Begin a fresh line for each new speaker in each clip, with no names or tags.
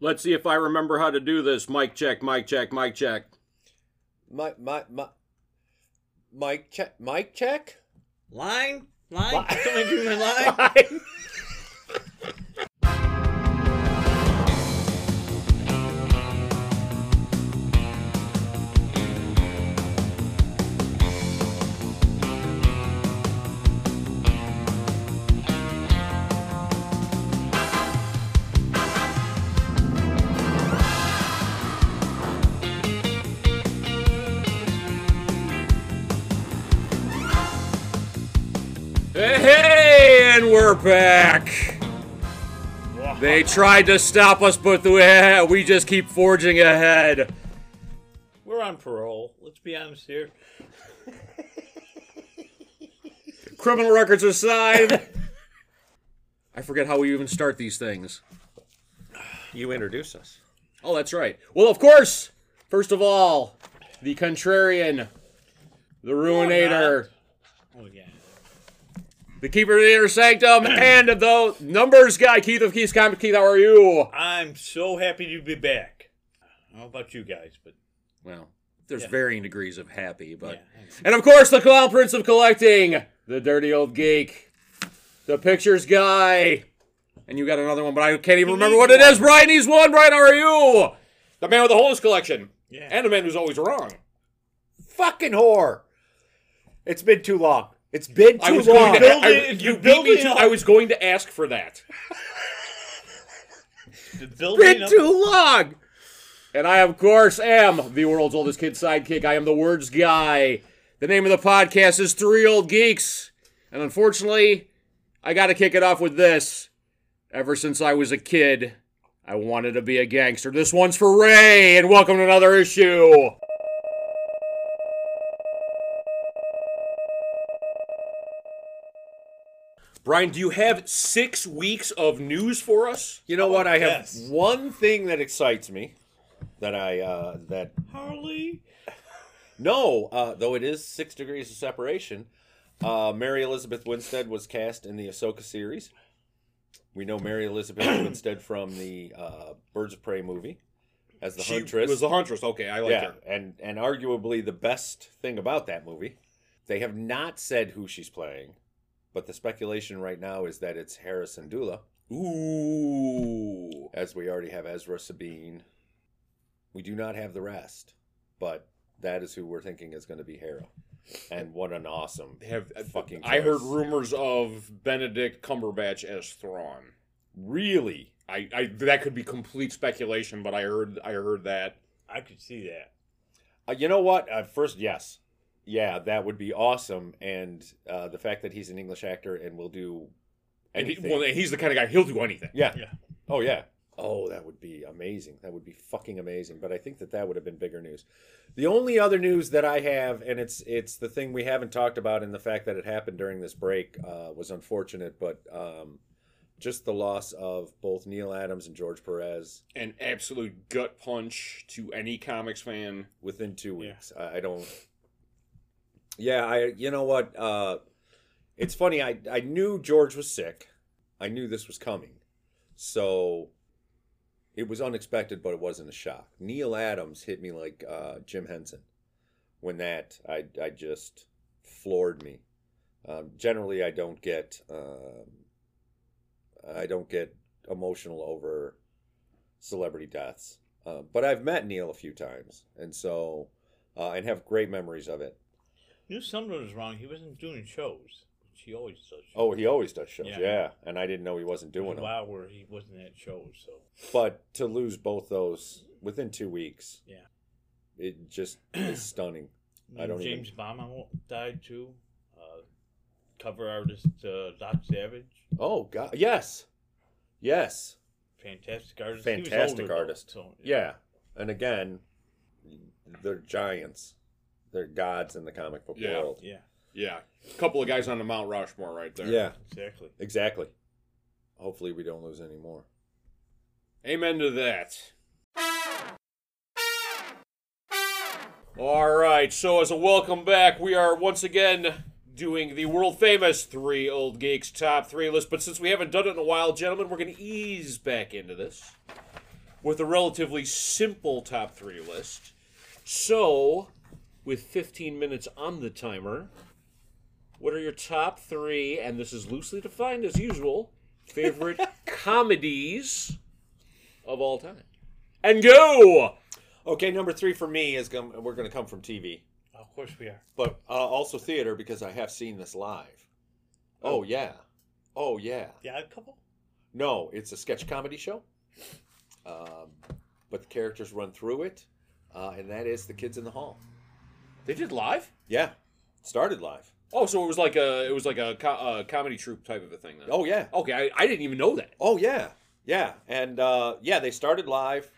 Let's see if I remember how to do this. Mic check, mic check, mic check.
Mike, Mike, Mike, Mike check, Mike check.
Line? Line?
Line.
Somebody do my line?
Hey, hey, and we're back. They tried to stop us, but the- we just keep forging ahead.
We're on parole. Let's be honest here.
Criminal records aside, I forget how we even start these things.
You introduce us.
Oh, that's right. Well, of course, first of all, the contrarian, the ruinator,
Oh, yeah.
the keeper of the inner sanctum, and the numbers guy, Keith of Keith's Comic. Keith, how are you?
I'm so happy to be back. I don't know about you guys, but
Well, there's
Yeah.
varying degrees of happy, but.
yeah.
And of course, the clown prince of collecting, the dirty old geek, the pictures guy, and you got another one, but I can't even remember what it is. Brian, he's one. Brian, how are you? The man with the holiest collection,
Yeah.
and the man who's always wrong.
Fucking whore. It's been too long. It's been
I
too
was going
long.
to.
Build
I,
it-
you
you
beat
build
me
it
to.
up.
I was going to ask for that.
The building
Been
up,
too long. And I, of course, am the world's oldest kid sidekick. I am the words guy. The name of the podcast is Three Old Geeks. And unfortunately, I got to kick it off with this. Ever since I was a kid, I wanted to be a gangster. This one's for Ray, and welcome to another issue. Brian, do you have six weeks of news for us?
You know what? I have
Yes.
one thing that excites me. That I uh, that
Harley.
no, uh, though it is six degrees of separation. Uh, Mary Elizabeth Winstead was cast in the Ahsoka series. We know Mary Elizabeth Winstead from the uh, Birds of Prey movie as the huntress.
was the huntress. Okay, I like
yeah,
her.
and and arguably the best thing about that movie, they have not said who she's playing, but the speculation right now is that it's Harrison Dula,
Ooh.
as we already have Ezra Sabine. We do not have the rest, but that is who we're thinking is going to be Hera, and what an awesome
Have
Fucking
I heard
choice.
rumors of Benedict Cumberbatch as Thrawn.
really
I, I that could be complete speculation, but I heard I heard that.
I could see that.
Uh, you know what? Uh, first, yes. Yeah, that would be awesome. And uh, the fact that he's an English actor and will do
And he,
anything.
well, he's the kind of guy he'll do anything.
yeah.
Yeah.
Oh, yeah. Oh, that would be amazing. That would be fucking amazing. But I think that that would have been bigger news. The only other news that I have, and it's it's the thing we haven't talked about, and the fact that it happened during this break uh, was unfortunate, but um, just the loss of both Neil Adams and George Perez
An absolute gut punch to any comics fan.
within two
Yeah.
weeks. I, I don't. Yeah, I. You know what? Uh, it's funny. I I knew George was sick. I knew this was coming, so it was unexpected, but it wasn't a shock. Neil Adams hit me like uh, Jim Henson when that I I just floored me. Um, generally, I don't get um, I don't get emotional over celebrity deaths. Uh, but I've met Neil a few times, and so uh, and have great memories of it.
You knew something was wrong. He wasn't doing shows. She always does. Shows.
Oh, he always does shows, yeah.
Yeah.
And I didn't know he wasn't doing
a
them.
while where he wasn't at shows. So
But to lose both those within two weeks,
Yeah.
it just is stunning. I don't
James Bama died too. Uh, cover artist uh, Doc Savage,
Oh God, yes, yes,
fantastic artist. He was
fantastic
older, though,
artist.
so,
yeah, and again, they're giants. They're gods in the comic book
Yeah.
world.
yeah,
Yeah, couple of guys on the Mount Rushmore right there.
Yeah,
exactly.
exactly. Hopefully, we don't lose any more.
Amen to that. All right, so as a welcome back, we are once again doing the world famous three old geeks top three list. But since we haven't done it in a while, gentlemen, we're going to ease back into this. with a relatively simple top three list. So, with 15 minutes on the timer, what are your top three, and this is loosely defined as usual, favorite comedies of all time? And go!
Okay, number three for me is going we're going to come from TV,
Oh, Of course we are.
but uh, also theater because I have seen this live. Oh yeah, oh yeah.
The Odd Couple.
No, it's a sketch comedy show, um, but the characters run through it, uh, and that is the kids in the hall.
They did live?
Yeah, started live.
Oh, so it was like a it was like a co- uh, comedy troupe type of a thing. Then.
Oh yeah,
okay. I, I didn't even know that.
Oh yeah, yeah, and uh, yeah, they started live,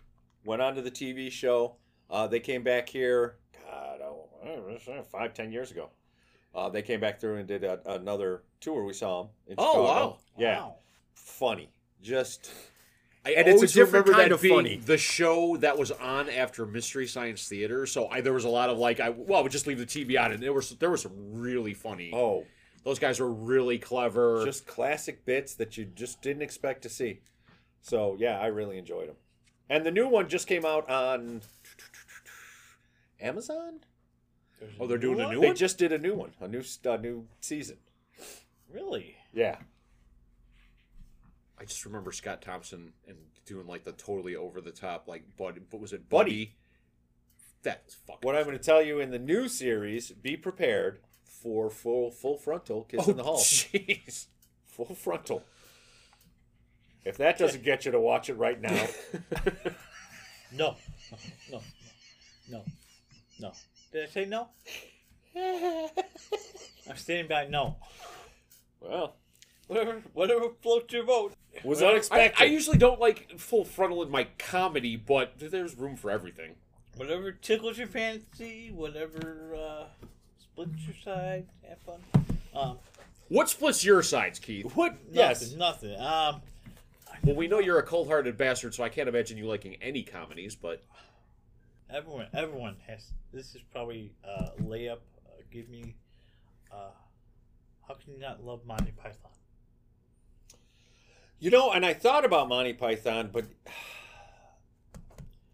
went on to the TV show. Uh, they came back here, God, oh, I don't know, five ten years ago. Uh, they came back through and did a, another tour. We saw them. In
Oh,
Chicago.
wow.
Yeah,
Wow.
funny. Just
I
And it's a
always
different
remember
kind
that
of
being
funny.
The show that was on after Mystery Science Theater, so I, there was a lot of like, I well, I would just leave the TV on, and there was there were some really funny.
oh,
Those guys were really clever.
just classic bits that you just didn't expect to see. So yeah, I really enjoyed them. And the new one just came out on Amazon.
There's
oh, they're doing a new
They
one.
just did a new one, a new s- a new season.
Really?
Yeah.
I just remember Scott Thompson and doing like the totally over the top like Buddy. What was it,
Buddy.
Buddy? That was fucking.
What I'm going to tell you in the new series, be prepared for full full frontal kiss
Oh,
in the hall.
Jeez.
Full frontal. If that doesn't get you to watch it right now,
No. No. No. No. Did I say no? I'm standing by no.
well,
Whatever, whatever floats your boat.
was
I,
unexpected.
I usually don't like full frontal in my comedy, but there's room for everything.
Whatever tickles your fancy, whatever uh, splits your side. Have fun. Um,
What splits your sides, Keith?
what?
yes.
Yes.
Nothing. Um,
Well, we know you're a cold-hearted bastard, so I can't imagine you liking any comedies. But
everyone, everyone has. This is probably uh, layup. Uh, give me. Uh, how can you not love Monty Python?
You know, and I thought about Monty Python, but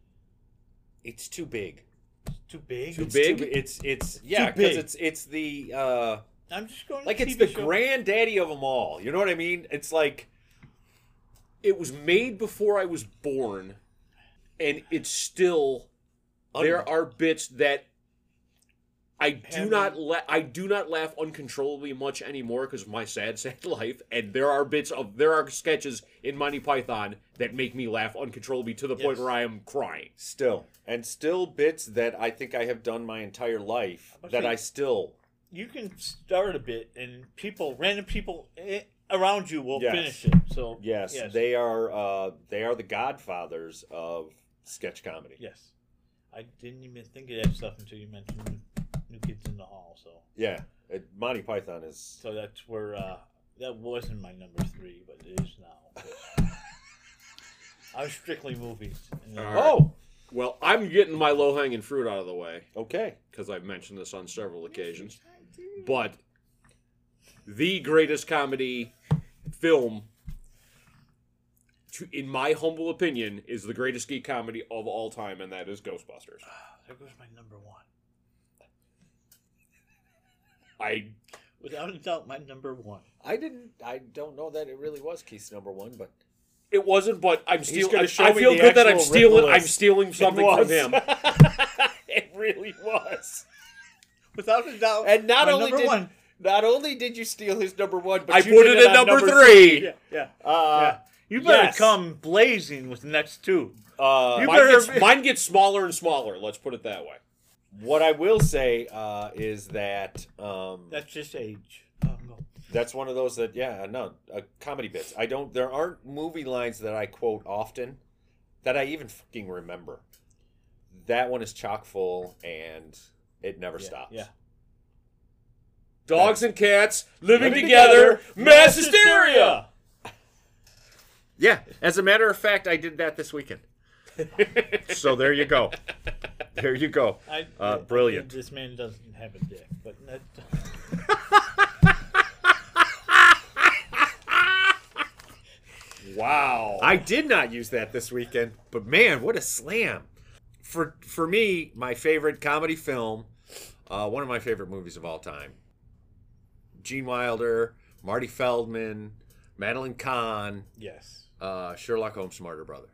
it's too big.
It's too big.
Too
It's
big?
bi- it's it's yeah,
big.
because it's it's the uh
I'm just going.
like
to
it's
TV
the
show.
granddaddy of them all. You know what I mean? It's like
it was made before I was born, and it's still there are bits that I do
Haven't-
not la- I do not laugh uncontrollably much anymore because of my sad, sad life. And there are bits of there are sketches in Monty Python that make me laugh uncontrollably to the point
Yes.
where I am crying.
still and still bits that i think i have done my entire life
Let's
that
see.
i still
you can start a bit, and people, random people eh, around you, will
Yes.
finish it. So
yes, they are uh they are the godfathers of sketch comedy
yes. I didn't even think of that stuff until you mentioned New Kids in the Hall. So,
yeah it- monty python is
so that's where uh, that wasn't my number three, but it is now. I was strictly movies. And then-
All right.
oh
Well, I'm getting my low hanging fruit out of the way.
okay
because I've mentioned this on several occasions. But the greatest comedy film, to, in my humble opinion, is the greatest geek comedy of all time, and that is Ghostbusters.
Oh, there goes my number one.
I
Without a doubt, my number one.
i didn't i don't know that it really was keith's number one but
it wasn't, but I'm stealing.
gonna
I,
show
I
me
feel
the
good that I'm
actual
stealing.
Ripley
I'm
list.
stealing something from
was.
him.
it really was
Without a doubt,
and not
my
only
number
did
one.
not only did you steal his number one but
I
you
put
did
it at
on
number, three.
Yeah, yeah.
uh
Yeah. You better
yes.
come blazing with the next two.
uh
You
Mine
better
gets,
be-
mine gets smaller and smaller. Let's put it that way.
what i will say uh is that um
That's just age. Oh, no.
That's one of those that yeah no uh, comedy bits. I don't. There aren't movie lines that I quote often that I even fucking remember. That one is chock full and it never
Yeah,
stops.
yeah.
Dogs and cats living,
Living
together,
together,
mass hysteria.
yeah. As a matter of fact, I did that this weekend. so there you go. There you go.
I,
Uh, brilliant.
This man doesn't have a dick, but that,
Wow.
I did not use that this weekend, but man, what a slam! For for me, my favorite comedy film, uh, one of my favorite movies of all time. Gene Wilder, Marty Feldman, Madeline Kahn,
Yes.
uh, Sherlock Holmes' smarter brother,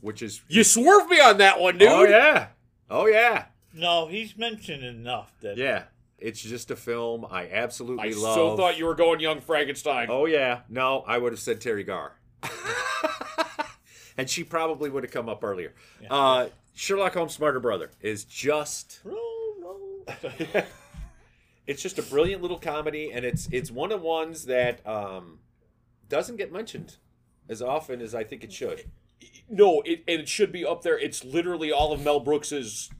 which is
you swerved me on that one, dude.
oh yeah, oh yeah,
No, he's mentioned enough that
yeah. It's just a film I absolutely
I
love.
so thought you were going young Frankenstein.
Oh yeah, no, I would have said Terry Garr, and she probably would have come up earlier. Uh, Sherlock Holmes' smarter brother is just
Roll, roll.
it's just a brilliant little comedy, and it's it's one of ones that um, doesn't get mentioned as often as I think it should.
No, it, and it should be up there. It's literally all of Mel Brooks's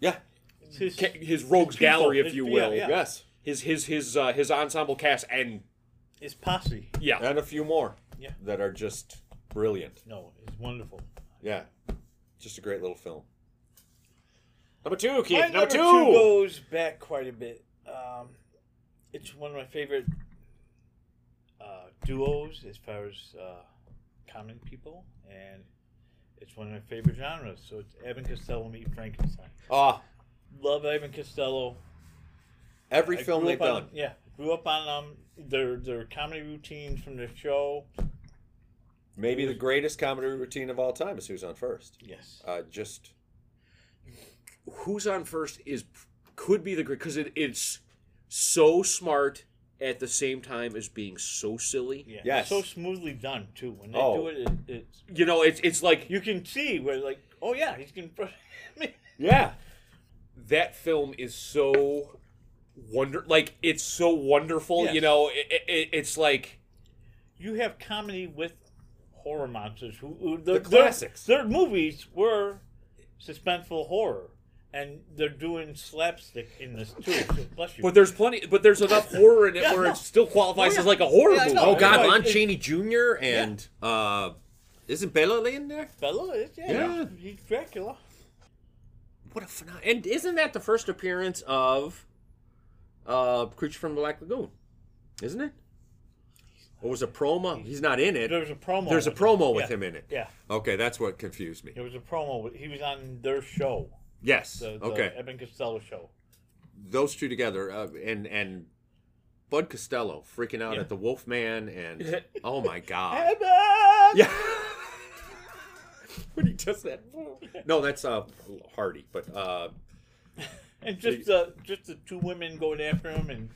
Yeah.
It's his-
ca- his rogues
People,
gallery, if
it's-
you
yeah,
will.
yeah.
Yes,
His his his uh, his ensemble cast and
It's posse.
yeah.
and a few more
Yeah.
that are just brilliant.
No, it's wonderful.
Yeah, just a great little film.
Number two, Keith.
My
Number, two.
goes back quite a bit. Um, it's one of my favorite uh, duos as far as uh, common people, and it's one of my favorite genres. So it's Evan Costello meet Frankenstein.
Ah,
Love Evan Costello.
every
I
film
grew
they've
up on-
done.
Yeah, grew up on um, their their comedy routines from the show.
Maybe the greatest comedy routine of all time is Who's on First.
Yes.
Uh, just
Who's on first is could be the great because it, it's so smart at the same time as being so silly.
Yeah.
yes.
So smoothly done too. When they
Oh.
do it, it, it's
You know, it's it's like
you can see where like, oh yeah, he's gonna brush me.
yeah,
that film is so wonder like it's so wonderful
Yes.
you know i it, it's like
you have comedy with horror monsters who, who their- their-
classics.
Their, movies were suspenseful horror, and they're doing slapstick in this too. So bless you.
but there's plenty but there's enough horror in it
Yeah,
where
no.
it still qualifies
Oh, yeah.
as like a horror
Yeah, I
movie
know.
Oh God,
Everybody-
Lon Chaney Jr. and uh, isn't Bela Lee in there?
Bella is yeah,
Yeah.
he's Dracula.
What a phenomenal!
And isn't that the first appearance of uh, Creature from the Black Lagoon? Isn't it? Or was a promo? He's not in
There
it.
was a promo.
There's a
with
promo with
Yeah.
him in it.
Yeah,
Okay, that's what confused me.
there was a promo. With, he was on their show,
Yes.
the, the
Okay.
Evan Costello show.
Those two together, uh, and and Bud Costello freaking out at the Wolfman, and oh my God,
Evan!
yeah. when he does that, no, that's uh Hardy, but uh,
And just the just the two women going after him, and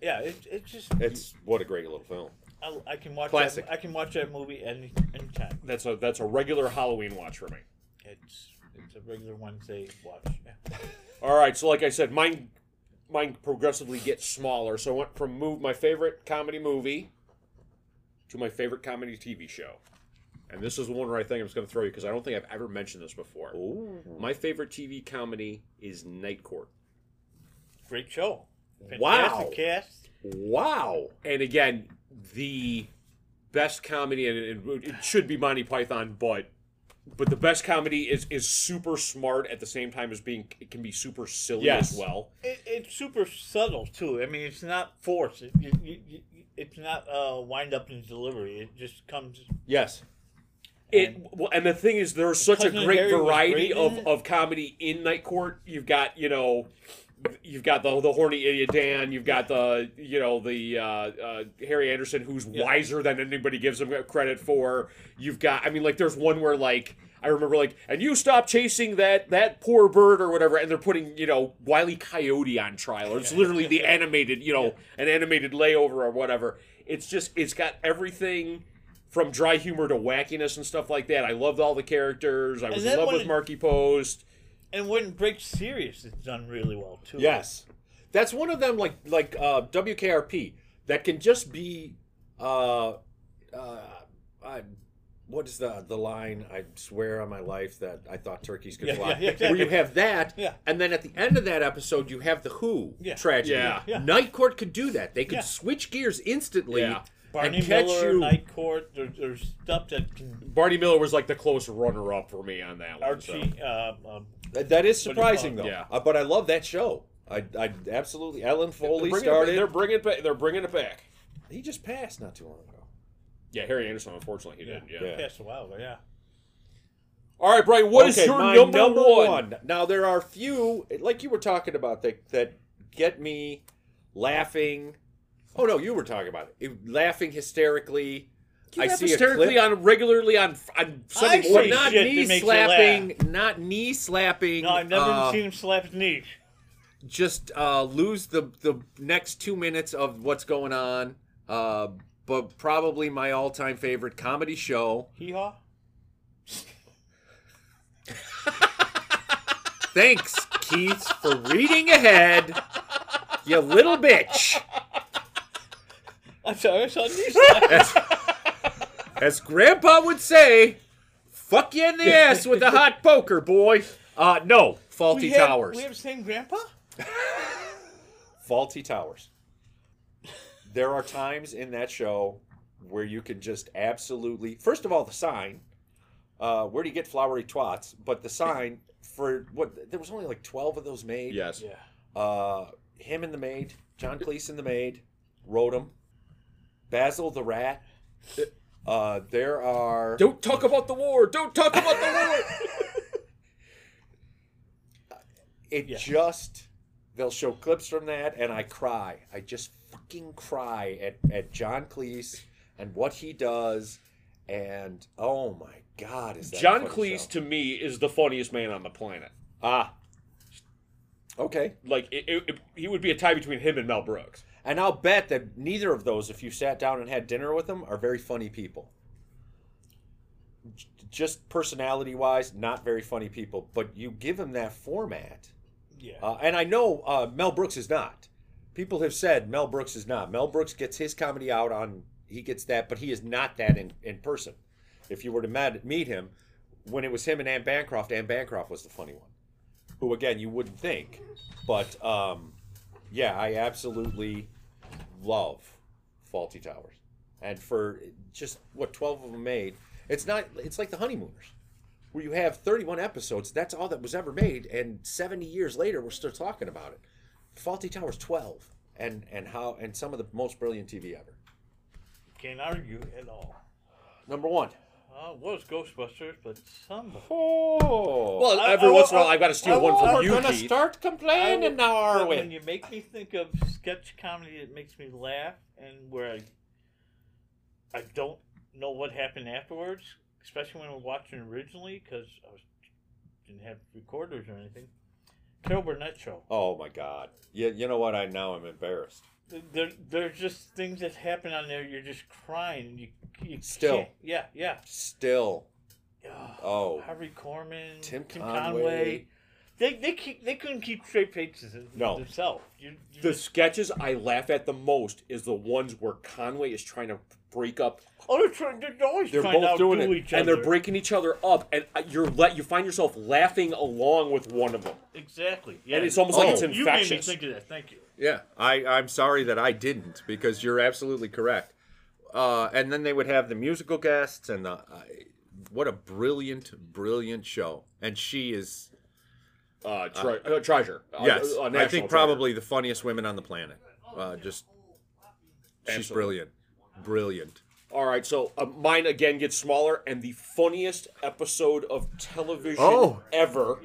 yeah, it, it's just
it's what a great little film.
I, I can watch
Classic.
That, I can watch that movie any anytime.
that's a that's a regular halloween watch for me
It's it's a regular Wednesday watch.
all right so like i said mine mine progressively gets smaller so i went from move my favorite comedy movie to my favorite comedy tv show and this is the one where i think i'm just going to throw you because i don't think i've ever mentioned this before my favorite tv comedy is night court
Great show.
Wow.
Fantastic cast.
Wow,
and again, the best comedy, and it, it should be Monty Python, but but the best comedy is is super smart at the same time as being it can be super silly
Yes.
as well.
It, it's super subtle too. I mean, it's not forced. It, you, you, you, it's not uh, wind up and delivery. It just comes.
yes,
It well, and the thing is, there's such a
Cousin
great
Harry was
variety
great in
of,
it.
of comedy in Night Court. You've got you know, you've got the the horny idiot Dan. You've got the you know the uh, uh, Harry Anderson who's wiser than anybody gives him credit for. You've got I mean like there's one where like I remember like and you stop chasing that that poor bird or whatever, and they're putting you know Wiley Coyote on trial. Or it's literally the animated you know an animated layover or whatever. It's just it's got everything from dry humor to wackiness and stuff like that. I loved all the characters. I was in
that
love
one-
with Marky Post.
And when it breaks serious, it's done really well too.
Yes, that's one of them. Like like uh, WKRP that can just be. Uh, uh, I, what is the the line? I swear on my life that I thought turkeys could
Yeah,
fly.
yeah, yeah,
Where you
exactly.
have that,
Yeah.
and then at the end of that episode, you have the Who
Yeah.
tragedy.
Yeah.
Yeah.
Night Court could do that. They could
Yeah.
switch gears instantly
Yeah.
Barney
and catch
Miller,
you.
Night Court. There, there's stuff that can.
Barney Miller was like the close runner up for me on that one. so.
Archie. Uh, um,
That- that is
What do you call
surprising
it?
though.
Yeah.
Uh, but I love that show. I, I absolutely Ellen
They're
Foley
bringing it-
started.
They're bringing it back. They're bringing it back.
He just passed not too long ago.
Yeah, Harry Anderson. Unfortunately, he
Yeah.
didn't. Yeah.
Yeah.
Passed a while ago, yeah.
All right, Brian. What is
Okay,
your
my
number, one?
Now there are few, like you were talking about, that that get me laughing. Oh no, you were talking about it. It- laughing hysterically.
You
I
laugh
see
hysterically
a clip.
on regularly on on Sunday
see
morning.
not
shit that
knee
makes you
slapping. Not knee slapping.
No, I've never
uh,
seen him slap his knee.
Just uh, lose the the next two minutes of what's going on. Uh, but probably my all time favorite comedy show.
Hee haw.
Thanks, Keith, for reading ahead. You little bitch.
I'm sorry, I saw a knee slap.
As Grandpa would say, fuck you in the ass with a hot poker, boy. Uh, no, faulty
We have-
towers.
We have the same grandpa?
Faulty towers. There are times in that show where you can just absolutely. First of all, the sign. Uh, where do you get flowery twats? But the sign for what? There was only like twelve of those made.
Yes.
Yeah.
Uh, him and the maid, John Cleese and the maid, wrote 'em. Basil the rat. Uh, there are.
Don't talk about the war. Don't talk about the war.
It
Yeah.
just they'll show clips from that, and I cry. I just fucking cry at at John Cleese and what he does, and oh my god, is that a
John
funny
Cleese to
show.
me is the funniest man on the planet.
ah okay,
Like it, it, it- he would be a tie between him and Mel Brooks.
and I'll bet that neither of those, if you sat down and had dinner with them, are very funny people. J- Just personality wise, not very funny people, but you give them that format.
Yeah.
Uh, and I know uh, Mel Brooks is not. People have said Mel Brooks is not. Mel Brooks gets his comedy out on he gets that, but he is not that in, in person. If you were to met, meet him, when it was him and Anne Bancroft, Anne Bancroft was the funny one, who again you wouldn't think, but um, yeah, I absolutely love Faulty Towers, and for just what twelve of them made, it's not. It's like the Honeymooners where you have 31 episodes. That's all that was ever made, and 70 years later, we're still talking about it. Faulty Towers 12, and and how and some of the most brilliant TV ever.
Can't argue at all.
Number one.
Uh, was Ghostbusters, but somebody.
Oh,
Well,
I-
every
I-
once in a while,
I-
I've got to steal one
I-
from
we're
you,
gonna
Keith.
start complaining now, are
But When
we?
you make me think of sketch comedy that makes me laugh and where I, I don't know what happened afterwards, especially when we we're watching originally because I was, didn't have recorders or anything. Carol Burnett show.
Oh my God! Yeah, you know what? I now I'm embarrassed.
There, there's just things that happen on there. You're just crying. And you, you
Still.
can't- yeah, yeah.
Still,
Ugh.
oh,
Harvey Corman,
Tim, Conway.
Conway. They they keep, they couldn't keep straight faces in-
No.
themselves. You, you
The
just-
sketches I laugh at the most is the ones where Conway is trying to break up
oh, they're, trying, they're always
They're
trying to
both doing
outdo
it,
each
and
other.
they're breaking each other up, and uh, you're let you find yourself laughing along with one of them,
Exactly. Yeah.
and it's almost like
Oh.
it's
you, you made me
infectious.
think of that. Thank you.
Yeah, I, I'm sorry that I didn't because you're absolutely correct. Uh, and then they would have the musical guests and the uh, what a brilliant, brilliant show. And she is
Uh, tre- uh, treasure. Uh,
yes,
uh,
I
national
think
treasure.
probably the funniest women on the planet. Uh, just she's
Absolutely.
brilliant, brilliant.
All right, so uh, mine again gets smaller, and the funniest episode of television
Oh.
ever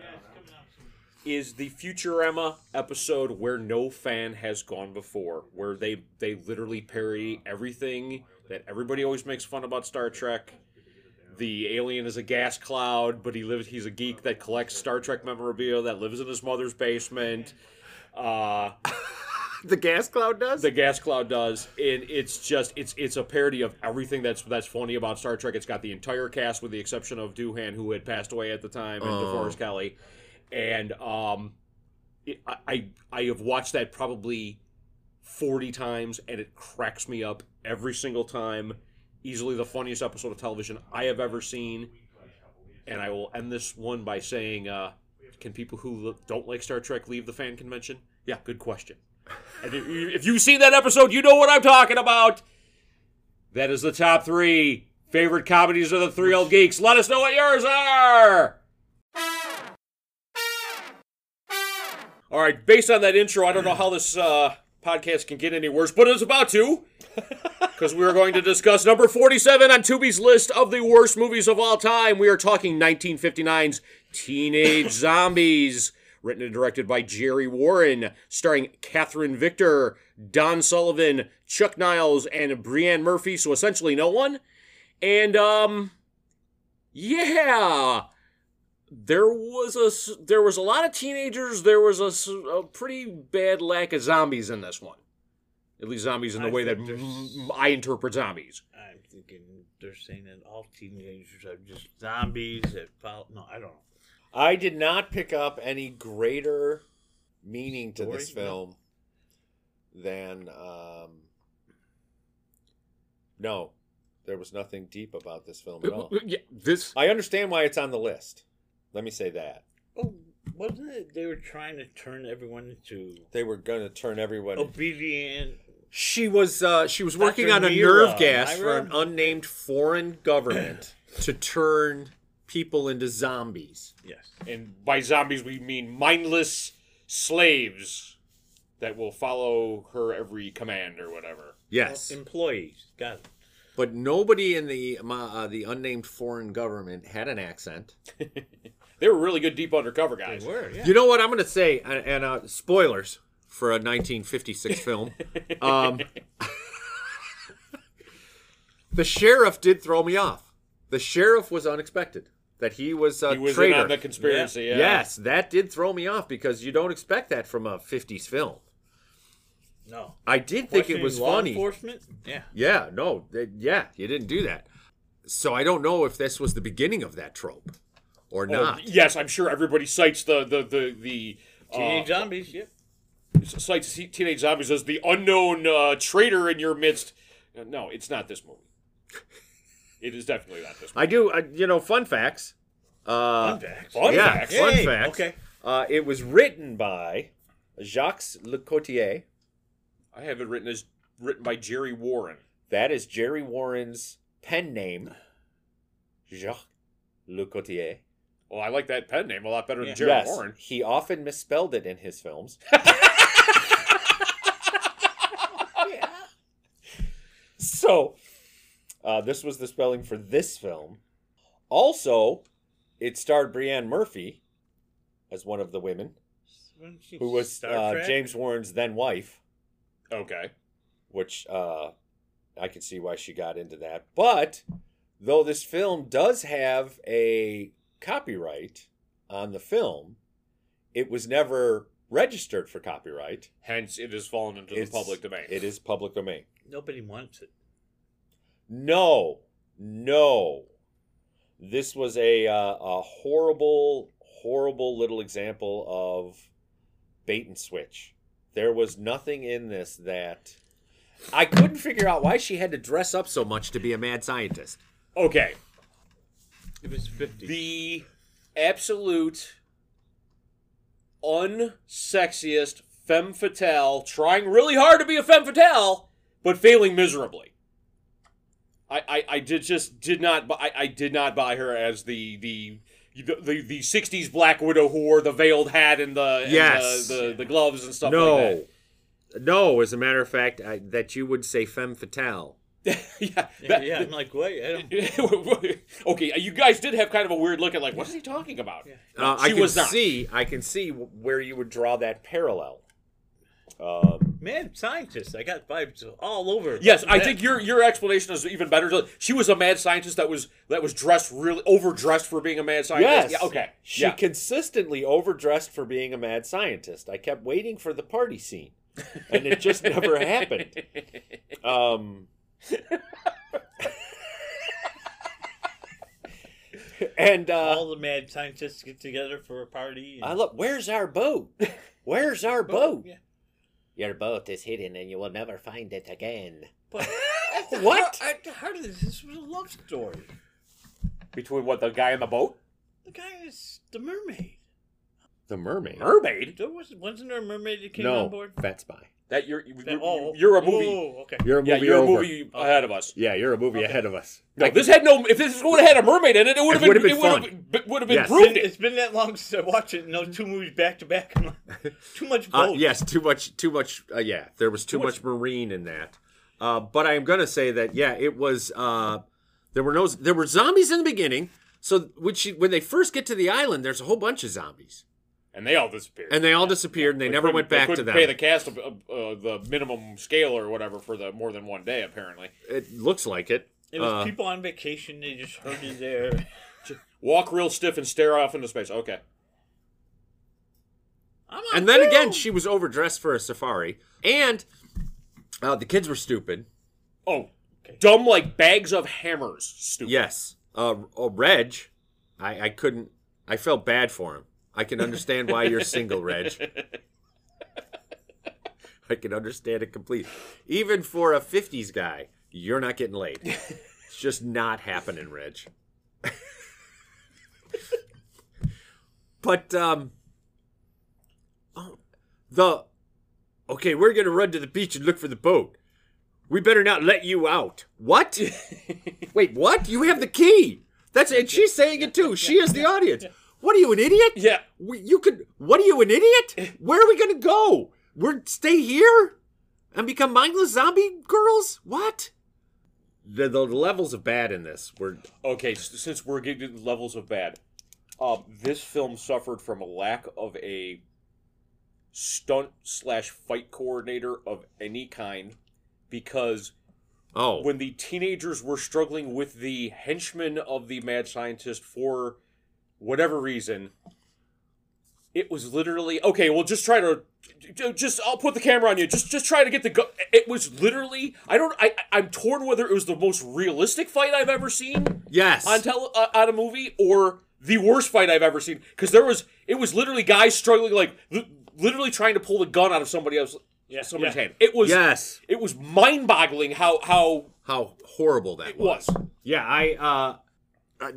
is the Futurama episode where no fan has gone before, where they they literally parody everything that everybody always makes fun about Star Trek. The alien is a gas cloud, but he lives. He's a geek that collects Star Trek memorabilia that lives in his mother's basement. Uh,
The gas cloud does.
the gas cloud does and it's just it's it's a parody of everything that's that's funny about star trek it's got the entire cast with the exception of doohan who had passed away at the time and deforest kelly and um it, I, I i have watched that probably 40 times and it cracks me up every single time easily the funniest episode of television i have ever seen and i will end this one by saying uh can people who don't like star trek leave the fan convention yeah good question and if you- if you've seen that episode, you know what I'm talking about. That is the top three favorite comedies of the three old geeks. Let us know what yours are. All right, based on that intro, I don't know how this uh, podcast can get any worse, but it's about to. because we are going to discuss number 47 on Tubi's list of the worst movies of all time. We are talking 1959's Teenage Zombies, written and directed by Jerry Warren, starring Catherine Victor, Don Sullivan, Chuck Niles, and Brianne Murphy, so essentially no one. And, um, yeah. There was a s- there was a lot of teenagers. There was a, s- a pretty bad lack of zombies in this one, at least zombies in the
I
way that
think there's-
m- I interpret zombies.
I'm thinking they're saying that all teenagers are just zombies that follow. No, I don't know.
I did not pick up any greater meaning to this
Story?
film than um no, there was nothing deep about this film at all.
Yeah, this
I understand why it's on the list. Let me say that.
Oh, wasn't it they were trying to turn everyone into
They were going to turn
Oh.
everyone
obedient?
She was uh, she was working
Dr.
on a
Mira,
nerve gas for an
Myra?
unnamed foreign government to turn people into zombies.
Yes.
and by zombies we mean mindless slaves that will follow her every command or whatever.
Yes,
Employees. Got it.
but nobody in the uh, the unnamed foreign government had an accent.
They were really good deep undercover guys.
were, yeah.
You know what I'm going to say, and, and uh, spoilers for a 1956 film. um, the sheriff did throw me off. The sheriff was unexpected that he was a
He was in
traitor.
on the conspiracy. Yeah.
Yes, that did throw me off because you don't expect that from a 50s film.
No.
I did think it was
Questioning law
funny.
Enforcement? Yeah.
yeah, no, th- yeah, you didn't do that. So I don't know if this was the beginning of that trope or
Oh,
not.
yes, I'm sure everybody cites the the the the. Uh,
Teenage zombies, yep.
cites te- teenage zombies as the unknown uh, traitor in your midst. Uh, No, it's not this movie. It is definitely not this movie.
I do, I, you know, fun facts. Uh,
Fun facts.
Fun
yeah,
facts.
fun
Yay,
facts.
okay.
Uh, it was written by Jacques Lecourtier.
I have it written as written by Jerry Warren.
That is Jerry Warren's pen name. Jacques Lecourtier.
Well, I like that pen name a lot better
Yeah.
than Jerry
yes,
Warren.
he often misspelled it in his films. So, uh, this was the spelling for this film. Also, it starred Brienne Murphy as one of the women,
Wasn't she
who was
Star
uh,
Trek?
James Warren's then wife,
Okay.
which uh, I can see why she got into that. But though this film does have a copyright on the film, it was never registered for copyright.
Hence, it has fallen into
It's-
the public domain.
It is public domain.
Nobody wants it.
No, no. This was a uh, a horrible, horrible little example of bait and switch. There was nothing in this that I couldn't figure out why she had to dress up so much to be a mad scientist.
Okay.
If it's 50.
The absolute unsexiest femme fatale, trying really hard to be a femme fatale, but failing miserably. I, I, I did just did not bu- I, I did not buy her as the the the, the, the 60s black widow who wore the veiled hat and the and
Yes.
the, the, the gloves and stuff like that.
No, no. As a matter of fact, I, that you would say femme fatale.
yeah,
yeah,
that-
yeah, I'm like, wait, I don't.
okay, you guys did have kind of a weird look at like, what is he talking about?
Uh,
she
I can
was not.
see. I can see wh- where you would draw that parallel. Um,
Man, scientists. I got vibes all over.
Yes, I
that.
think your your explanation is even better. She was a mad scientist that was that was dressed really overdressed for being a mad scientist.
Yes.
Yeah, okay.
She
yeah.
consistently overdressed for being a mad scientist. I kept waiting for the party scene, and it just never happened. Um, and uh,
all the mad scientists get together for a party.
I look. Where's our boat? Where's our boat?
Yeah.
Your boat is hidden, and you will never find it again.
But
What?
I, I heard of this. This was a love story.
Between what the guy in the boat?
The guy is the mermaid.
The mermaid.
Mermaid?
There was wasn't there a mermaid that came on
no,
board?
Fat Spy.
That you're you,
That-
you- you're a movie.
Oh, okay.
You're a
Yeah,
movie.
you're a
over.
movie ahead of us.
Yeah, you're a movie ahead of us.
No, this had no if this would have had a mermaid in it, it would have
It would've
been,
been
it would
fun.
have been, would have been
Yes.
proved it.
It's been that long since I watched it. and those two movies back to back. I'm like, too much
Uh,
boat.
yes, too much, too much. Uh, yeah, there was too, much, marine in that. Uh, but I am going to say that yeah, it was. Uh, there were no. There were zombies in the beginning. So when she, when they first get to the island, there's a whole bunch of zombies,
and they all disappeared.
and they all disappeared, and they never
couldn't-
went
they
back to
couldn't
them.
Pay the cast of, of, uh, the minimum scale or whatever for the more than one day apparently.
it looks like it.
It was
Uh,
people on vacation. They just herded there.
Walk real stiff and stare off into space. Okay,
I'm
and then again, she was overdressed for a safari, and uh, the kids were stupid.
Oh, dumb like bags of hammers. Stupid.
Yes, uh, oh, Reg, I, I couldn't. I felt bad for him. I can understand why you're single, Reg. I can understand it completely. Even for a '50s guy, you're not getting laid. It's just not happening, Reg. but um, oh, the okay, we're gonna run to the beach and look for the boat. We better not let you out. What? Wait, what? You have the key. That's and she's saying it too. She is the audience. What are you, an idiot?
Yeah.
We, you could. What are you, an idiot? Where are we gonna go? We're stay here and become mindless zombie girls? What? The the levels of bad in this were
Okay, s- since we're getting to the levels of bad, um, this film suffered from a lack of a stunt slash fight coordinator of any kind because
oh
when the teenagers were struggling with the henchmen of the mad scientist for whatever reason it was literally okay well just try to j- just i'll put the camera on you just just try to get the gun it was literally i don't i I- i'm torn whether it was the most realistic fight i've ever seen
yes
on tele uh, on a movie or the worst fight i've ever seen because there was it was literally guys struggling like li- literally trying to pull the gun out of somebody else
Yeah,
somebody's
yeah.
hand it was
yes
it was mind-boggling how how
how horrible that
it
was.
was.
Yeah, I uh, uh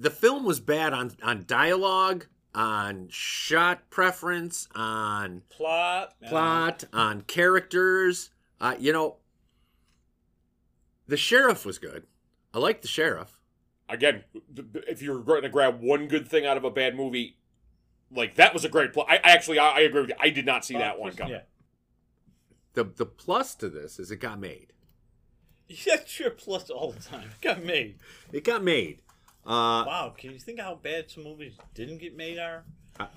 the film was bad on on dialogue, on shot preference, on
plot. uh,
plot, on characters. Uh, you know, the sheriff was good. I liked the sheriff.
Again, b- b- if you're going to grab one good thing out of a bad movie, like that was a great plot. I I actually I, I agree with you. I did not see that one coming.
Oh, Yeah.
The the plus to this is it got made.
Yeah, sure. Plus all the time. It got made.
It got made. Uh,
Wow. Can you think how bad some movies didn't get made are?
I,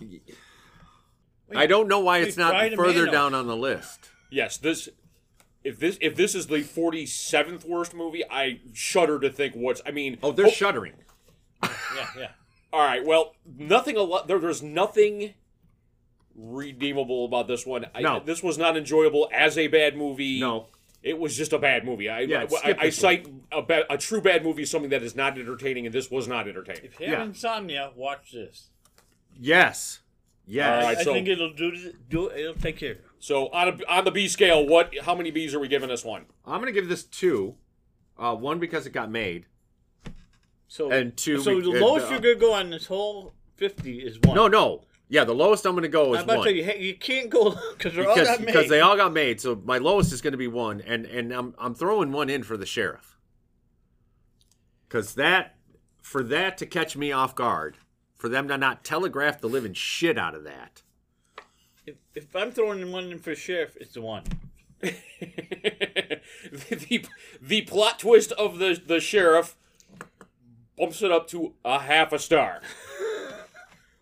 I don't know why
wait,
it's not
Brian
further
Emanuel.
down on the list.
Yes, this if this if this is the 47th worst movie, I shudder to think what's I mean,
Oh, they're shuddering.
Yeah, yeah.
all right, well, nothing a lot there, there's nothing redeemable about this one. I,
No.
This was not enjoyable as a bad movie.
No,
It was just a bad movie. I
Yeah,
I- I,
skip
I
this one.
cite a, ba- a true bad movie is something that is not entertaining, and this was not entertaining.
If you have
Yeah.
insomnia, watch this.
Yes.
All
Yes.
right,
I
so-
think it'll do. th- Do it'll take care. of you.
So on a, on the B scale, what? How many Bs are we giving this one?
I'm going to give this two. Uh, one because it got made.
So
And two,
So
we-
the
and,
lowest
uh,
you're gonna go on this whole fifty is one.
No, no. Yeah, the lowest I'm going to go
I'm
is
about
one.
to tell you, hey, you can't go because they're all
because
not made.
because they all got made. So my lowest is going to be one, and and I'm I'm throwing one in for the sheriff. Because that for that to catch me off guard, for them to not telegraph the living shit out of that.
if, if I'm throwing in one in for sheriff, it's the one.
the, the the plot twist of the the sheriff bumps it up to a half a star.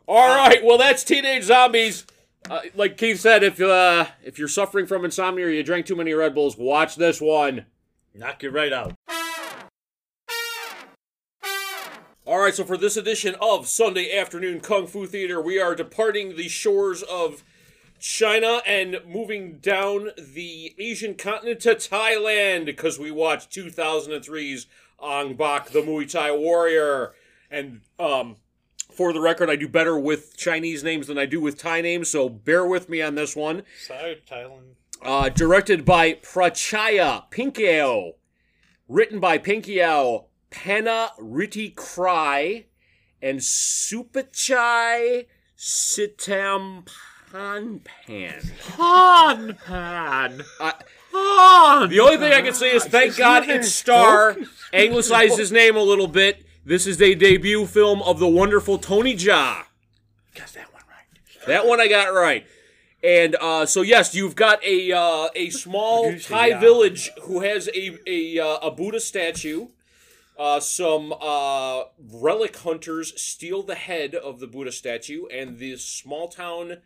All right, well that's teenage zombies. Uh, like Keith said, if uh, if you're suffering from insomnia or you drank too many Red Bulls, watch this one.
Knock it right out.
All right, so for this edition of Sunday Afternoon Kung Fu Theater, we are departing the shores of China and moving down the Asian continent to Thailand because we watched 2003's Ong Bak, the Muay Thai Warrior. And um, for the record, I do better with Chinese names than I do with Thai names, so bear with me on this one.
Sorry, Thailand.
Uh, directed by Prachaya Pinkeo. Written by Pinkeo, Panna Ritti Cry, and Supachai Sitampanpan.
Pon pan.
Uh,
Pon.
the only thing I can say is thank God it's Star anglicized his name a little bit. This is the debut film of the wonderful Tony Jaa.
Got that one right.
That one I got right. And uh, so yes, you've got a uh, a small
Producer,
Thai
yeah.
village who has a a, uh, a Buddha statue. Uh, some uh, relic hunters steal the head of the Buddha statue, and this small town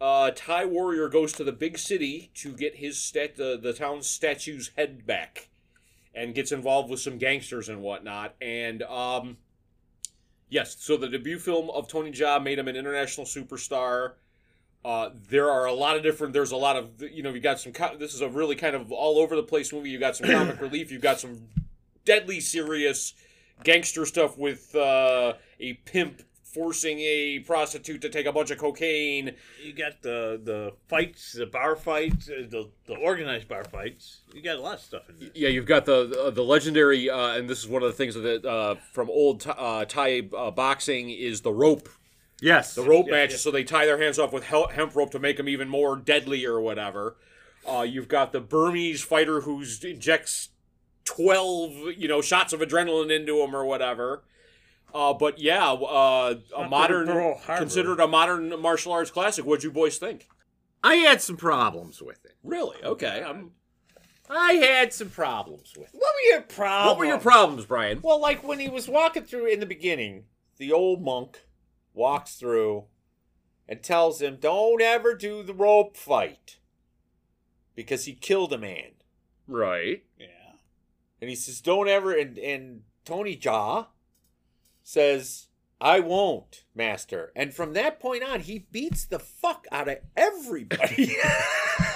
uh, Thai warrior goes to the big city to get his stat the, the town's statue's head back, and gets involved with some gangsters and whatnot. And um, yes, so the debut film of Tony Jaa made him an international superstar. Uh, there are a lot of different. There's a lot of you know you got some. Co- this is a really kind of all over the place movie. You got some comic relief. You've got some deadly serious gangster stuff with uh, a pimp forcing a prostitute to take a bunch of cocaine.
You got the the fights, the bar fights, uh, the the organized bar fights. You got a lot of stuff in there.
Yeah, you've got the the, the legendary, uh, and this is one of the things that uh, from old Th- uh, Thai uh, boxing is the rope,
Yes.
the rope
Yeah,
matches.
yeah.
So they tie their hands off with hel- hemp rope to make them even more deadly or whatever. Uh, you've got the Burmese fighter who injects twelve, you know, shots of adrenaline into him or whatever. Uh, but yeah, uh, a
like
modern
Pearl Harbor.
considered a modern martial arts classic. What'd you boys think?
I had some problems with it.
Really? Okay, I'm.
I had some problems with it.
What were your problems?
What were your problems, Brian?
Well, like when he was walking through in the beginning, the old monk walks through and tells him, "Don't ever do the rope fight." Because he killed a man.
Right.
Yeah.
And he says, "Don't ever." And and Tony Jaw says, "I won't, Master." And from that point on, he beats the fuck out of everybody.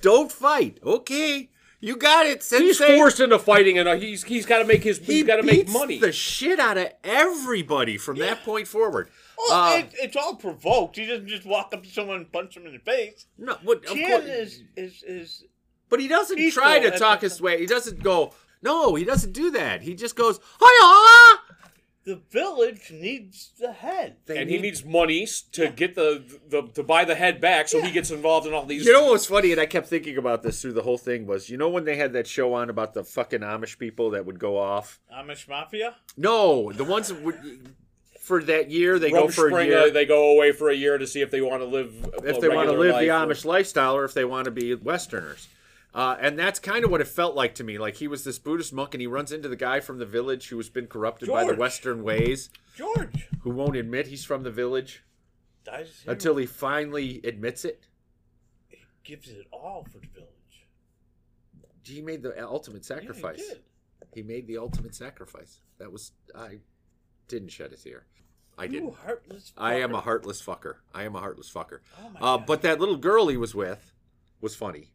Don't fight, okay? You got it, Sensei.
He's forced into fighting, and uh, he's he's got to make his
He
he's got to make
beats
money.
the shit out of everybody from that point forward.
Well,
Um,
it, it's all provoked. He doesn't just walk up to someone and punch him in the face.
No, but, of
Chan
course,
is is is
but he doesn't
equal
try to
at
talk
the-
his way. He doesn't go. No, he doesn't do that. He just goes, "Hiya!"
the village needs the head.
They
and he
need-
needs money s- to get the, the to buy the head back, so he gets involved in all these.
You know what's funny, and I kept thinking about this through the whole thing was, you know, when they had that show on about the fucking Amish people that would go off.
Amish mafia.
No, the ones that would, for that year they
Rubber
go for a
spring,
year.
uh, they go away for a year to see if they want to live. a-
if
a
they want to
regular
live the
life or-
Amish lifestyle or if they want to be Westerners. Uh, and that's kind of what it felt like to me. Like he was this Buddhist monk, and he runs into the guy from the village who has been corrupted by the
George.
Western ways,
George
who won't admit he's from the village
dies here,
until he finally admits it.
gives it all for the village.
He made the ultimate
Yeah, he
sacrifice.
did.
He made the ultimate sacrifice. That was I didn't shed a tear. I
You
didn't.
heartless.
I am
fucker.
a heartless fucker. I am a heartless fucker.
Oh my
Uh,
God.
but that little girl he was with was funny.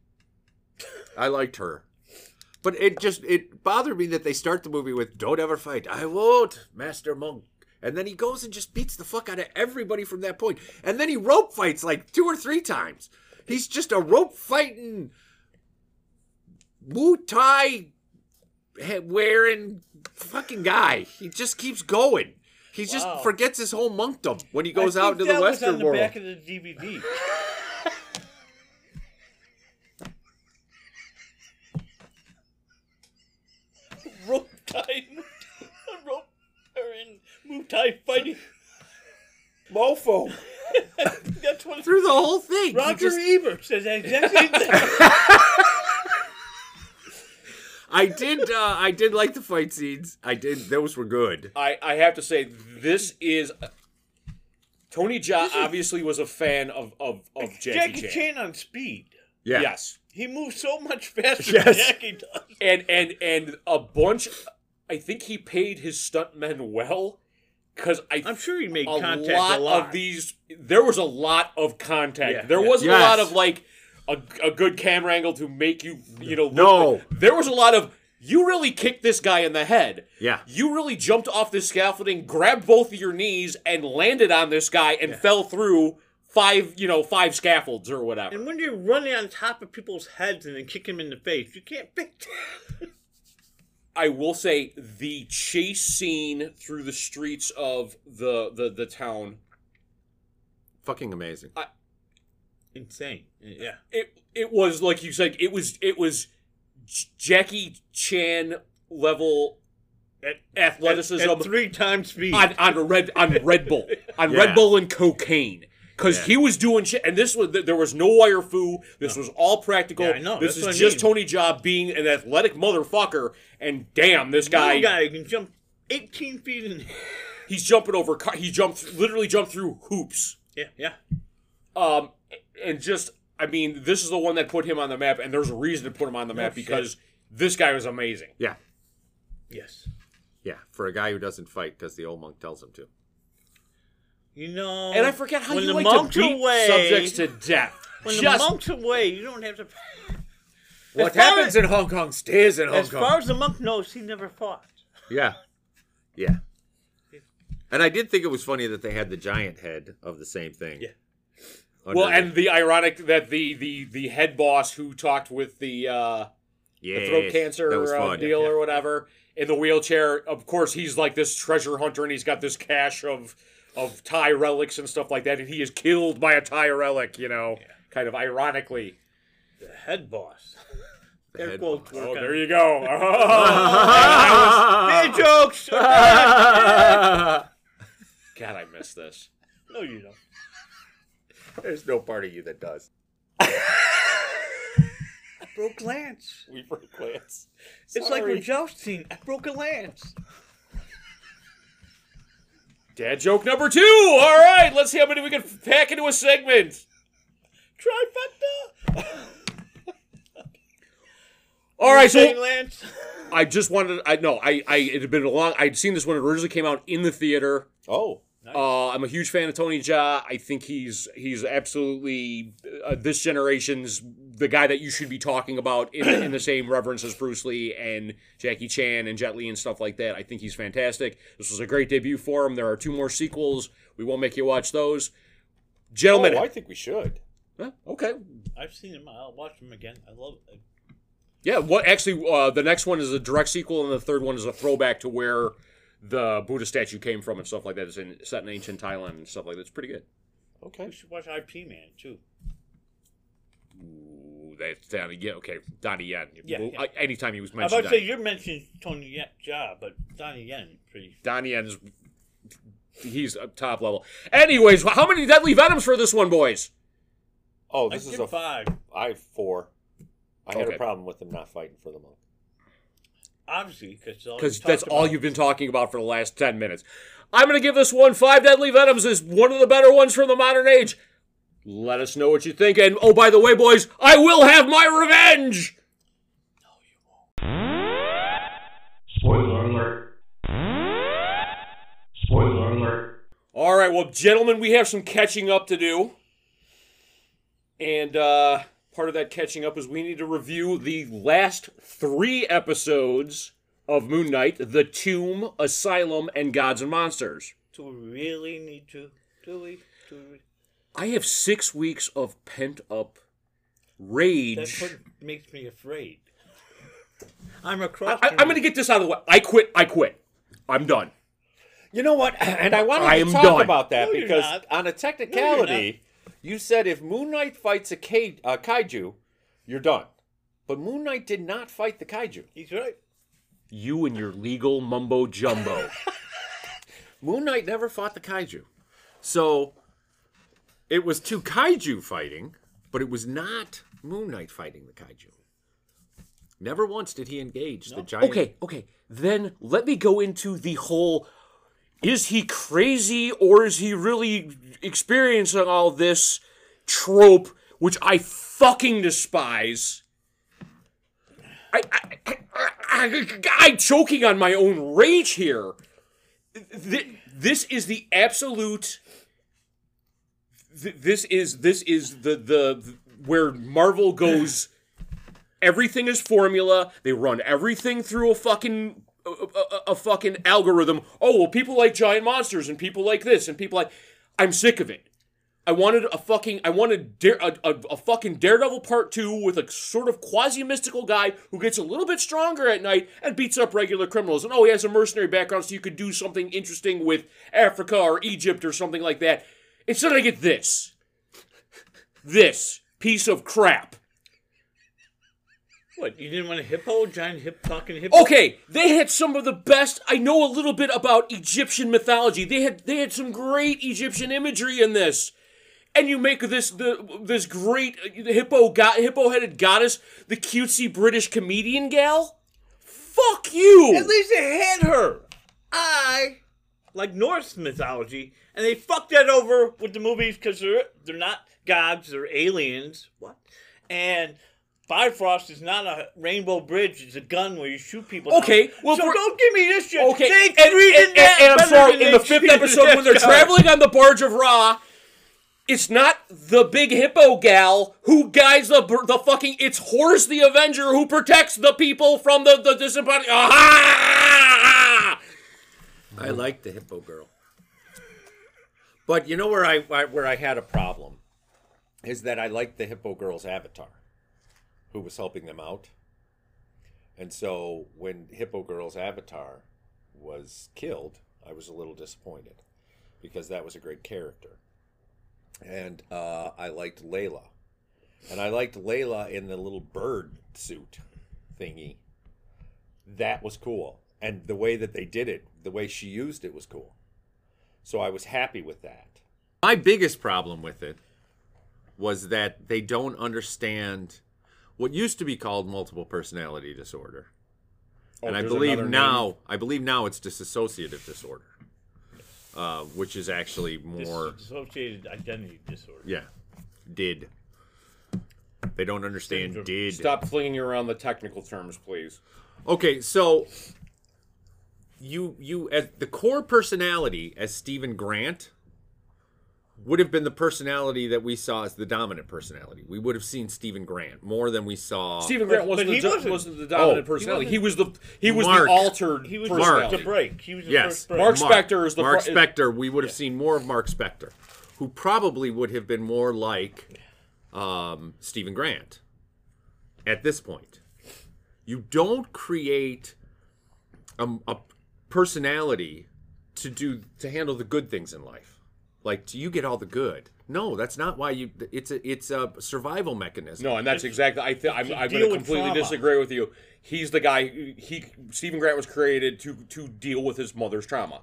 I liked her. But it just it bothered me that they start the movie with "Don't ever fight." I won't, Master Monk. And then he goes and just beats the fuck out of everybody from that point. And then he rope fights like two or three times. He's just a rope fighting, Muay Thai he- wearing fucking guy. He just keeps going. He just
Wow.
forgets his whole monkdom when he
I
goes out into
think that
the
was
Western
on the
world.
Back of the DVD. rope tie, rope or in Muay Thai fighting.
Mofo.
That's what
Through the whole thing. he
Roger
just-
Ebert says that exact same thing.
I did. Uh, I did like the fight scenes. I did. Those were good.
I I have to say, this is uh, Tony Jaa obviously was a fan of of, of Jackie,
Jackie
Chan.
Chan on speed.
Yeah.
Yes,
He moves so much faster than
Yes.
Jackie does.
and and and a bunch. I think he paid his stuntmen well, because I
I'm sure he made
a
contact
lot,
a lot.
of these. There was a lot of contact.
Yeah,
there
yeah.
wasn't
Yes.
a lot of like a, a good camera angle to make you you know. look
No.
like- there was a lot of you really kicked this guy in the head.
Yeah.
You really jumped off this scaffolding, grabbed both of your knees, and landed on this guy and fell through five you know five scaffolds or whatever.
And when you're running on top of people's heads and then kick them in the face, you can't fix that.
I will say the chase scene through the streets of the the the town
Fucking amazing.
Insane. Yeah.
it it was like you said it was it was J- Jackie Chan level
At,
athleticism
at three times speed.
on on red on Red Bull on
Yeah.
Red Bull and cocaine. because he was doing shit, and this was th- there was no wire foo. This was all practical.
Yeah, I know,
This
that's what
is
I
just
mean.
Tony Job being an athletic motherfucker, and damn, this
Guy,
guy,
guy can jump 18 feet in.
he's jumping over. car- He jumped literally jumped through hoops.
Yeah, yeah.
Um, and just I mean, this is the one that put him on the map, and there's a reason to put him on the map
shit.
because this guy was amazing.
Yeah.
Yes.
Yeah. For a guy who doesn't fight because the old monk tells him to.
You know.
And I forget how
Oh. when
you
the
like
monk's
to beat
away,
subjects to death.
When
Just-
the monk's away, you don't have to.
What
far
happens in Hong Kong stays in Hong
As
Kong.
far as the monk knows, he never fought.
Yeah. Yeah. And I did think it was funny that they had the giant head of the same thing.
Yeah.
Under
well,
the-
and the ironic that the the the head boss who talked with the uh, the
yes,
throat cancer
that was
uh,
fun.
deal or whatever in the wheelchair. Of course, he's like this treasure hunter, and he's got this cache of of Thai relics and stuff like that, and he is killed by a Thai relic. You know, kind of ironically.
The head boss.
The
Air
head
quotes
boss.
were
Oh,
kind
there
of-
you go.
Bad jokes.
God, I miss this.
no, you don't.
There's no part of you that does.
I broke lance.
We broke glance.
It's like when jousting. I broke a lance.
Dad joke number two. All right, let's see how many we can pack into a segment.
Trifecta.
All right, so
Broke lance.
I just wanted. I know. I. I. It had been a long. I'd seen this when it originally came out in the theater.
Oh.
Uh, I'm a huge fan of Tony Ja. I think he's he's absolutely uh, this generation's the guy that you should be talking about in, in the same reverence as Bruce Lee and Jackie Chan and Jet Li and stuff like that. I think he's fantastic. This was a great debut for him. There are two more sequels. We won't make you watch those,
Oh,
gentlemen.
I think we should.
Huh? Okay.
I've seen him. I'll watch him again. I love it.
Yeah. What actually? Uh, the next one is a direct sequel, and the third one is a throwback to where the Buddha statue came from and stuff like that. It's in, set in ancient Thailand and stuff like that. It's pretty good.
Okay.
We should watch IP Man too.
Ooh, that's Donnie Yen. Okay, Donnie Yen.
Yeah,
Well,
yeah.
I- anytime he was
I was
mentioned,
about to say
Donnie,
you're mentioning Tony Yen, Ja, but Donnie Yen pretty.
Donnie Yen's he's up top level. Anyways, how many deadly venoms for this one, boys?
Oh,
I
this is
give
a
five.
I have four. I had
Okay.
a problem with them not fighting for the monk.
Obviously, because
Because that's all you've been talking about for the last ten minutes. I'm gonna give this one five deadly venoms is one of the better ones from the modern age. Let us know what you think, and oh by the way, boys, I will have my revenge.
Spoiler alert. Spoiler alert.
All right, well, gentlemen, we have some catching up to do. And uh, part of that catching up is we need to review the last three episodes of Moon Knight The Tomb, Asylum, and Gods and Monsters.
Do we really need to? Do we? Do we?
I have six weeks of pent up
That
rage.
put, makes me afraid. I'm across.
I, I, am going to get this out of the way. I quit. I quit. I'm done.
You know what? And I wanted
I
to
am
talk
done.
about that
No, you're
because
not.
on a technicality, you said if Moon Knight fights a kai- uh, kaiju, you're done. But Moon Knight did not fight the kaiju.
He's right.
You and your legal mumbo jumbo.
Moon Knight never fought the kaiju. So it was two kaiju fighting, but it was not Moon Knight fighting the kaiju. Never once did he engage the giant.
Okay, okay. Then let me go into the whole is he crazy or is he really experiencing all this trope, which I fucking despise. I, I, I, I, I'm choking on my own rage here. Th- This is the absolute. th- This is this is the the where Marvel goes everything is formula. They run everything through a fucking a, a- a fucking algorithm. Oh well, people like giant monsters and people like this and people like. I'm sick of it. I wanted a fucking I wanted dare, a, a, a fucking Daredevil part two with a sort of quasi mystical guy who gets a little bit stronger at night and beats up regular criminals. And oh, he has a mercenary background, so you could do something interesting with Africa or Egypt or something like that. Instead, I get this. This piece of crap.
What? You didn't want a hippo? Giant hip talking hippo?
Okay, they had some of the best. I know a little bit about Egyptian mythology. They had they had some great Egyptian imagery in this. and you make this the this great uh, hippo go- hippo headed goddess the cutesy British comedian gal. Fuck you.
At least they had her. I like Norse mythology, and they fucked that over with the movies because they're they're not gods, they're aliens. What? And Bifrost is not a rainbow bridge; it's a gun where you shoot people.
Okay, well,
so
for-
don't give me this shit.
Okay,
they
and, and, and,
that
and I'm
better
sorry.
than
In
they
the fifth
treated
episode, when they're
that guy.
traveling on the barge of Ra, it's not the big hippo gal who guides the br- the fucking. It's Horus the Avenger who protects the people from the the disembodied. Ah!
I like the hippo girl. But you know where I, I where I had a problem is that I liked the hippo girl's avatar, who was helping them out. And so when hippo girl's avatar was killed, I was a little disappointed because that was a great character, and uh, I liked Layla, and I liked Layla in the little bird suit thingy that was cool. And the way that they did it, the way she used it was cool. So I was happy with that. My biggest problem with it was that they don't understand what used to be called multiple personality disorder. Oh, and I there's believe another now I believe now it's disassociative disorder. Uh, which is actually more
Dissociated identity disorder.
yeah. Did. They don't understand did.
Stop flinging around the technical terms, please.
Okay, so you you as the core personality as Stephen Grant would have been the personality that we saw as the dominant personality. We would have seen Stephen Grant more than we saw
Stephen Grant wasn't,
but
the,
he
do-
wasn't.
wasn't the dominant
Oh, he
personality. He, was the he was
Mark.
the altered
He was
Mark.
the
personality.
break. He was the
Yes.
first break.
Mark Spector is the
Mark
fr- is-
Spector. We would have seen more of Mark Spector, who probably would have been more like um, Stephen Grant at this point. You don't create a, a personality to do to handle the good things in life. Like, do you get all the good? No, that's not why you. It's a it's a survival mechanism.
No, and that's exactly. I th- I'm,
deal
I'm going to
with
completely
trauma.
disagree with you. He's the guy. He Stephen Grant was created to to deal with his mother's trauma.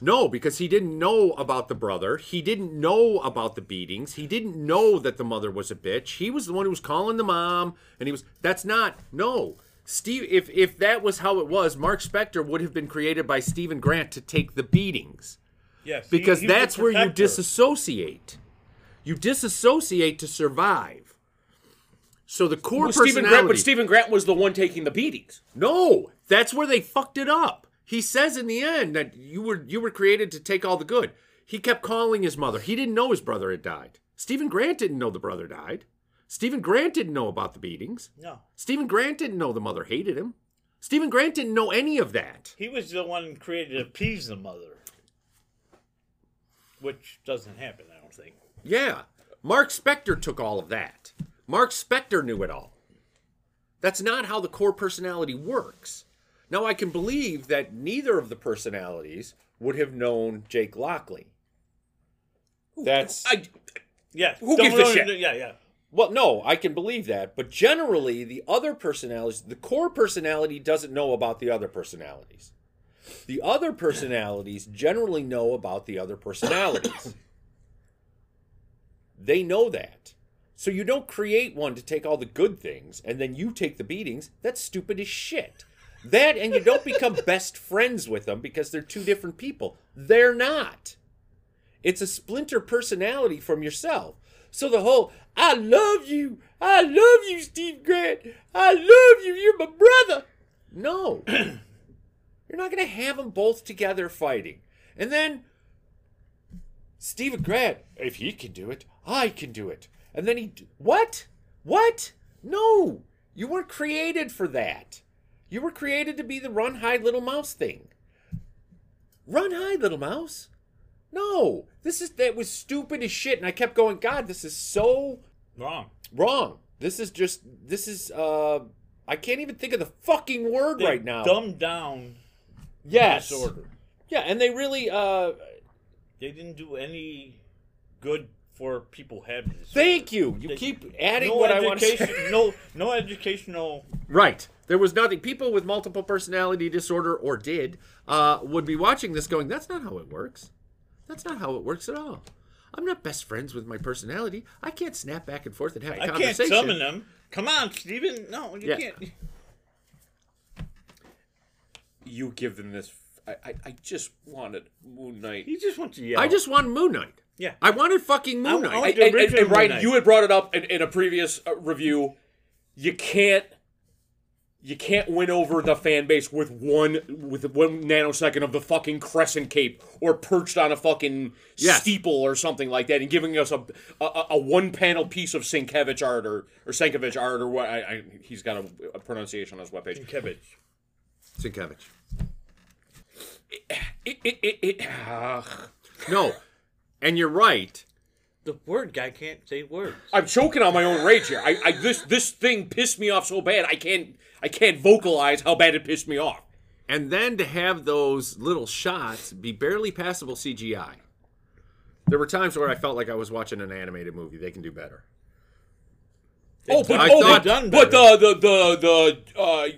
No, because he didn't know about the brother. He didn't know about the beatings. He didn't know that the mother was a bitch. He was the one who was calling the mom, and he was. That's not no. Steve, if if that was how it was, Mark Spector would have been created by Stephen Grant to take the beatings
Yes, he-
because
he was
that's
the
where you
protector.
disassociate. You disassociate to survive. So the core
Well, Stephen Grant, but
personality-
Stephen Grant was the one taking the beatings.
no, that's where they fucked it up. He says in the end that you were you were created to take all the good. He kept calling his mother. He didn't know his brother had died. Stephen Grant didn't know the brother died. Stephen Grant didn't know about the beatings.
No,
Stephen Grant didn't know the mother hated him. Stephen Grant didn't know any of that.
he was the one created to appease the mother, which doesn't happen. I don't think.
Yeah. Mark Spector took all of that. Mark Spector knew it all. That's not how the core personality works. Now, I can believe that neither of the personalities would have known Jake Lockley. That's.
I,
Yeah.
Who
don't
gives a
know-
shit?
Yeah, yeah.
well, no, I can believe that. But generally, the other personalities, the core personality doesn't know about the other personalities. The other personalities generally know about the other personalities. they know that. So you don't create one to take all the good things and then you take the beatings. That's stupid as shit. That and you don't become best friends with them because they're two different people. They're not. It's a splinter personality from yourself. So the whole I love you, I love you, Steve Grant, I love you, you're my brother. No. you're not going to have them both together fighting. And then Stephen Grant, if he can do it, I can do it. And then he, d- what? What? No, you weren't created for that. You were created to be the run, hide, little mouse thing. Run, hide, little mouse. No, this is that was stupid as shit, and I kept going. God, this is so
Wrong.
wrong. This is just this is uh, I can't even think of the fucking word
They
right now.
Dumbed down
yes,
disorder.
yeah, and they really uh,
They didn't do any good for people having this.
thank you. You
They-
keep adding
no
what I want to
education,
say.
no, no educational.
Right. There was nothing. People with multiple personality disorder, or did, uh, would be watching this going, that's not how it works. That's not how it works at all. I'm not best friends with my personality. I can't snap back and forth and have a
I can't
conversation.
summon them. Come on, Steven. No, you
Yeah.
can't.
You give them this. I, I, I just wanted Moon Knight.
He just wants to yell.
I just want Moon Knight.
Yeah.
I wanted fucking Moon
I- I
Knight.
want-
And, and, and,
original Moon
Ryan,
Knight.
you had brought it up in, in a previous uh, review. You can't, you can't win over the fan base with one with one nanosecond of the fucking crescent cape or perched on a fucking
Yes.
steeple or something like that, and giving us a a, one panel piece of Sienkiewicz art or or Sienkiewicz art or what? I, I, he's got a, a pronunciation on his webpage.
Kevich.
Sienkiewicz.
It, it, it, it, ah.
No, and you're right.
The word guy can't say words.
I'm choking on my own rage here. I, I this this thing pissed me off so bad. I can't I can't vocalize how bad it pissed me off.
And then to have those little shots be barely passable CGI. There were times where I felt like I was watching an animated movie. They can do better.
Oh, but,
I
oh, but,
thought-
done
but the the the the uh,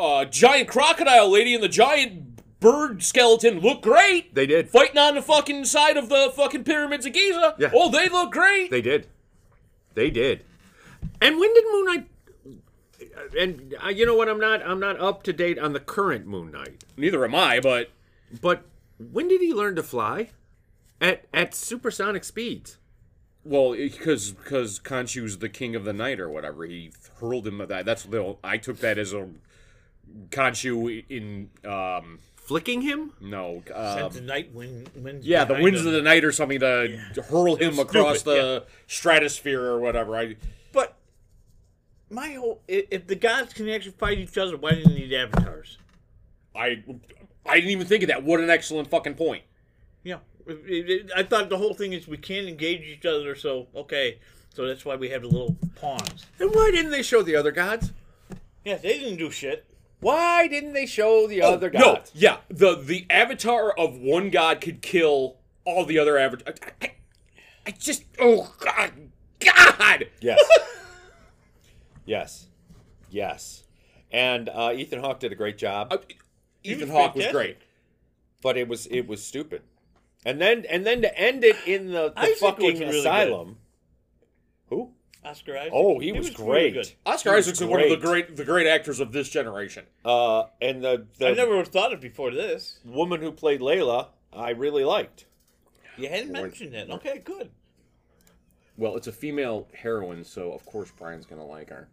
uh, giant crocodile lady and the giant bird skeleton look great.
They did.
Fighting on the fucking side of the fucking pyramids of Giza.
Yeah.
Oh, they look great.
They did. They did. And when did Moon Knight? And uh, you know what? I'm not. I'm not up to date on the current Moon Knight.
Neither am I, but
But when did he learn to fly? At at supersonic speeds.
well, because because Khonshu's the king of the night or whatever. He hurled him at that. That's the I took that as a Khonshu in um
Flicking him?
no
Since
um,
the night wind, winds
Yeah, the
behind
winds
him.
of the night or something to hurl him across
stupid,
the stratosphere or whatever. I
But my whole i- if the gods can actually fight each other, why do they need avatars?
I I didn't even think of that. What an excellent fucking point.
Yeah, It- it- it- I thought the whole thing is we can't engage each other, so okay, so that's why we have the little pawns.
Then why didn't they show the other gods?
Yeah, they didn't do shit.
Why didn't they show the
Oh,
other
Oh, No,
gods?
yeah, the the avatar of one god could kill all the other avatars. I, I, I just oh god, God.
Yes. yes. Yes. And uh, Ethan Hawke did a great job,
Uh, Ethan Hawke was great.
fantastic.
but it was it was stupid. And then and then to end it in the, the
Isaac
fucking
was really good.
asylum. Who?
Oscar Isaac.
Oh, he, was,
really
great.
good.
Oscar
He was
Isaac's one of the
great.
great the great actors of this generation.
Uh, and the the
I never would've thought of before this.
woman who played Layla, I really liked.
You hadn't mentioned it. Okay, good.
Well, it's a female heroine, so of course Brian's gonna like her.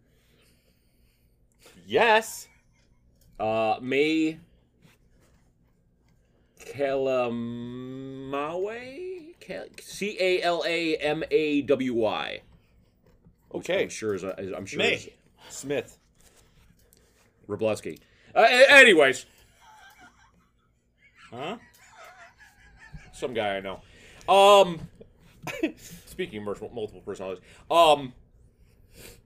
Yes.
Uh, May Kalamawy? Kal- C A L A M A W Y.
Oh,
Which
Okay.
I'm sure is, a, is I'm sure is
May.
Smith.
Robleski. Uh, a- anyways,
Huh?
some guy I know. Um, speaking of multiple- multiple personalities, um,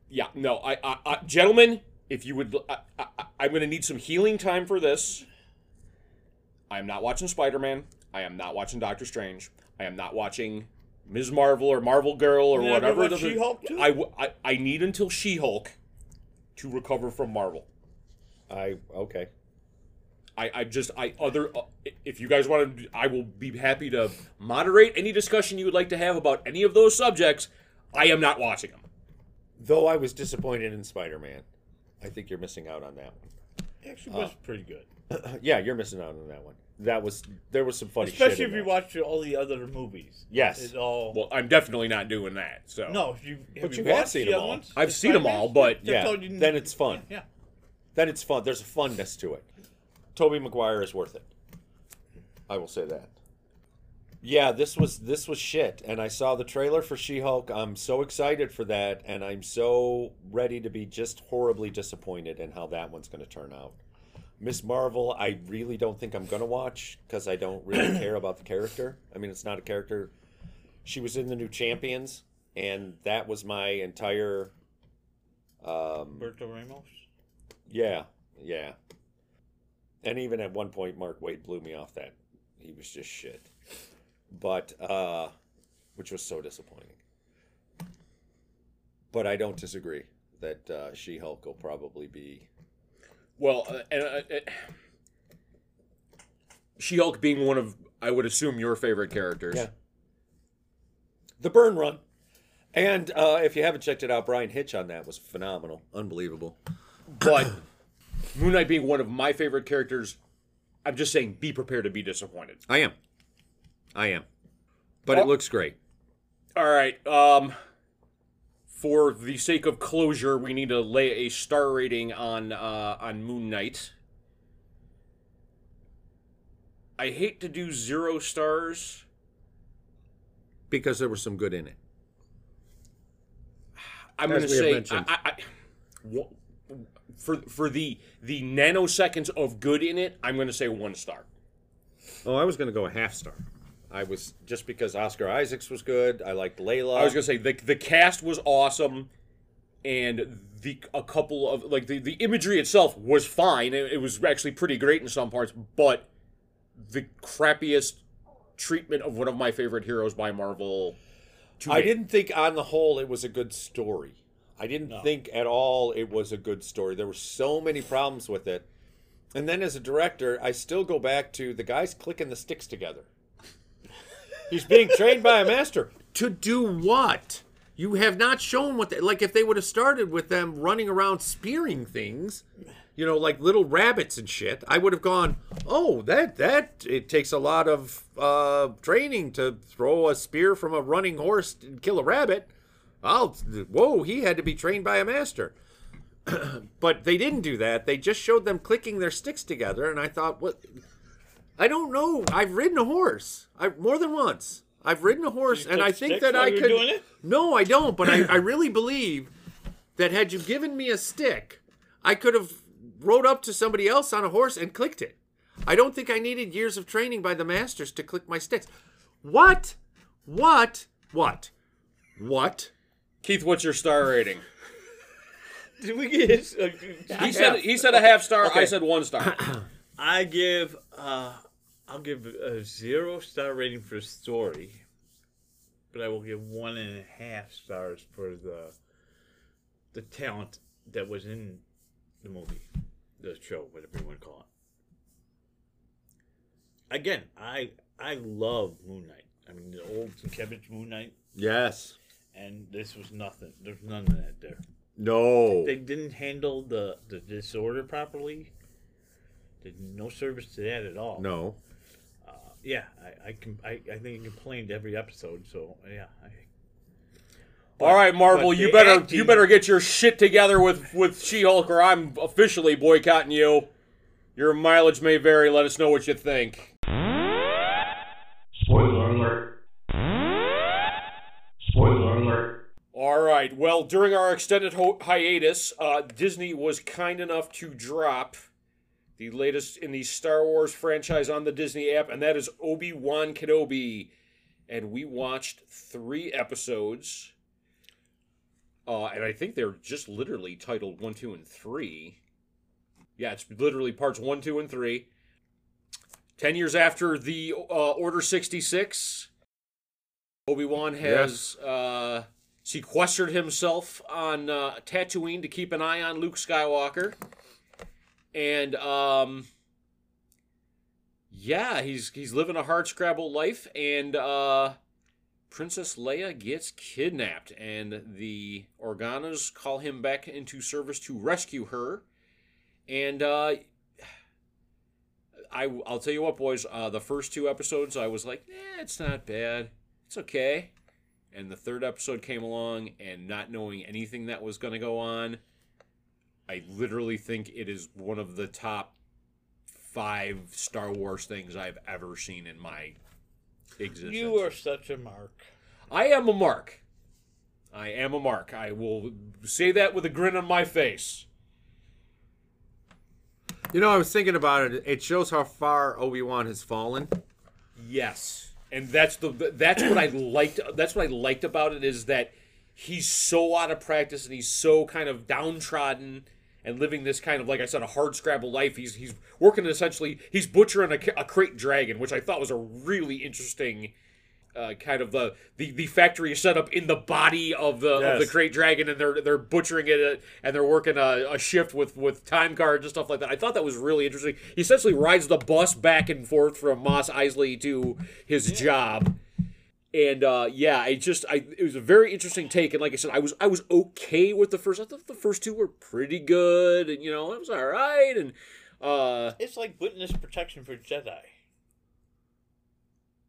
yeah, no, I, I, I gentlemen, if you would, I, I, I- I'm going to need some healing time for this. I am not watching Spider Man. I am not watching Doctor Strange. I am not watching Ms. Marvel or Marvel Girl or
You're not gonna
whatever.
watch
the-
She-Hulk, too?
I, w- I, I need until She Hulk to recover from Marvel.
I okay.
I, I just I other uh, if you guys want to I will be happy to moderate any discussion you would like to have about any of those subjects. I am not watching them.
Though I was disappointed in Spider-Man, I think you're missing out on that
Actually,
uh,
was pretty good.
one. yeah, you're missing out on that one. That was there was some funny shit.
Especially
in
if you
that.
watch all the other movies.
Yes.
It's all.
Well, I'm definitely not doing that. So
no, if you, have
you
you
have
watched
seen
the
them
other
all.
ones?
I've
The
seen them all,
Spider-Mans?
but-
That's
Yeah,
all you-
then it's fun.
Yeah.
Then it's fun. There's a funness to it. Toby Maguire is worth it. I will say that. Yeah, this was this was shit, and I saw the trailer for She-Hulk. I'm so excited for that, and I'm so ready to be just horribly disappointed in how that one's going to turn out. Miss Marvel, I really don't think I'm going to watch because I don't really care about the character. I mean, it's not a character. She was in the new Champions, and that was my entire um,
Berto Ramos.
yeah, yeah. And even at one point, Mark Wade blew me off that. He was just shit. But, uh, which was so disappointing. But I don't disagree that uh, She Hulk will probably be.
Well, uh, and uh, uh, She-Hulk being one of I would assume your favorite characters.
Yeah. The Burn Run. And uh, if you haven't checked it out, Brian Hitch on that was phenomenal, unbelievable.
But Moon Knight being one of my favorite characters, I'm just saying be prepared to be disappointed.
I am, I am, but it looks great.
All right. Um, for the sake of closure, we need to lay a star rating on uh, on Moon Knight. I hate to do zero stars.
because there was some good in it.
I'm
As
going to
we have
say
mentioned.
I, I, I, wo- for for the the nanoseconds of good in it, I'm going to say one star.
Oh, I was going to go a half star. I was just because Oscar Isaacs was good. I liked Layla.
I was gonna say the the cast was awesome, and the a couple of like the, the imagery itself was fine. It, it was actually pretty great in some parts, but the crappiest treatment of one of my favorite heroes by Marvel. to
I
date.
didn't think on the whole it was a good story. I didn't think at all it was a good story. There were so many problems with it. And then as a director, I still go back to the guys clicking the sticks together. He's being trained by a master to do what? You have not shown what they like if they would have started with them running around spearing things, you know, like little rabbits and shit, I would have gone, "Oh, that that it takes a lot of uh training to throw a spear from a running horse and kill a rabbit." I'll whoa, he had to be trained by a master. but they didn't do that. They just showed them clicking their sticks together and I thought, "What I don't know. I've ridden a horse. I more than once. I've ridden a horse, and I
took
think
sticks
that
while
I
you were
could.
doing it?
No, I don't. But I, I really believe that had you given me a stick, I could have rode up to somebody else on a horse and clicked it. I don't think I needed years of training by the masters to click my sticks. What? What? What? What?
Keith, what's your star rating?
Did we get his? Uh,
He said he said a half star. I said one star.
I give uh I'll give a zero star rating for story, but I will give one and a half stars for the the talent that was in the movie, the show, whatever you want to call it. Again, I I love Moon Knight. I mean, the old Cabbage Moon Knight,
Yes.
and this was nothing. There's none of that there
No.
they didn't handle the, the disorder properly. Did no service to that at all.
No.
Yeah, I I, com- I, I think I complained every episode. So yeah, I,
All right, Marvel,
but
you
the
better
acting-
you better get your shit together with with She Hulk, or I'm officially boycotting you. Your mileage may vary. Let us know what you think.
Spoiler alert. Spoiler alert.
All right. Well, during our extended ho- hiatus, uh, Disney was kind enough to drop the latest in the Star Wars franchise on the Disney app, and that is Obi Wan Kenobi. And we watched three episodes. Uh, and I think they're just literally titled one, two, and three. Yeah, it's literally parts one, two, and three. Ten years after the uh, Order 66, Obi Wan has. Uh, sequestered himself on uh, Tatooine to keep an eye on Luke Skywalker, and um, yeah, he's he's living a hardscrabble life, and uh, Princess Leia gets kidnapped, and the Organas call him back into service to rescue her, and uh. I, I'll tell you what, boys. Uh, the first two episodes, I was like, "Eh, it's not bad. It's okay." and the third episode came along and not knowing anything that was going to go on i literally think it is one of the top five star wars things i've ever seen in my existence
You are such a mark.
i am a mark i am a mark i will say that with a grin on my face
You know, I was thinking about it. It shows how far Obi Wan has fallen.
Yes, and that's the that's what I liked. That's what I liked about it is that he's so out of practice and he's so kind of downtrodden and living this kind of like I said a hard scrabble life. He's he's working essentially he's butchering a, ca- a crate dragon, which I thought was a really interesting. Uh, kind of the, the the factory is set up in the body of the of the
Yes.
crate dragon, and they're they're butchering it, uh, and they're working a, a shift with with time cards and stuff like that. I thought that was really interesting. He essentially rides the bus back and forth from Moss Isley to his job, And uh, yeah, I just I it was a very interesting take, and like I said, I was I was okay with the first. I thought the first two were pretty good, and you know it was all right. And uh,
It's like witness protection for Jedi.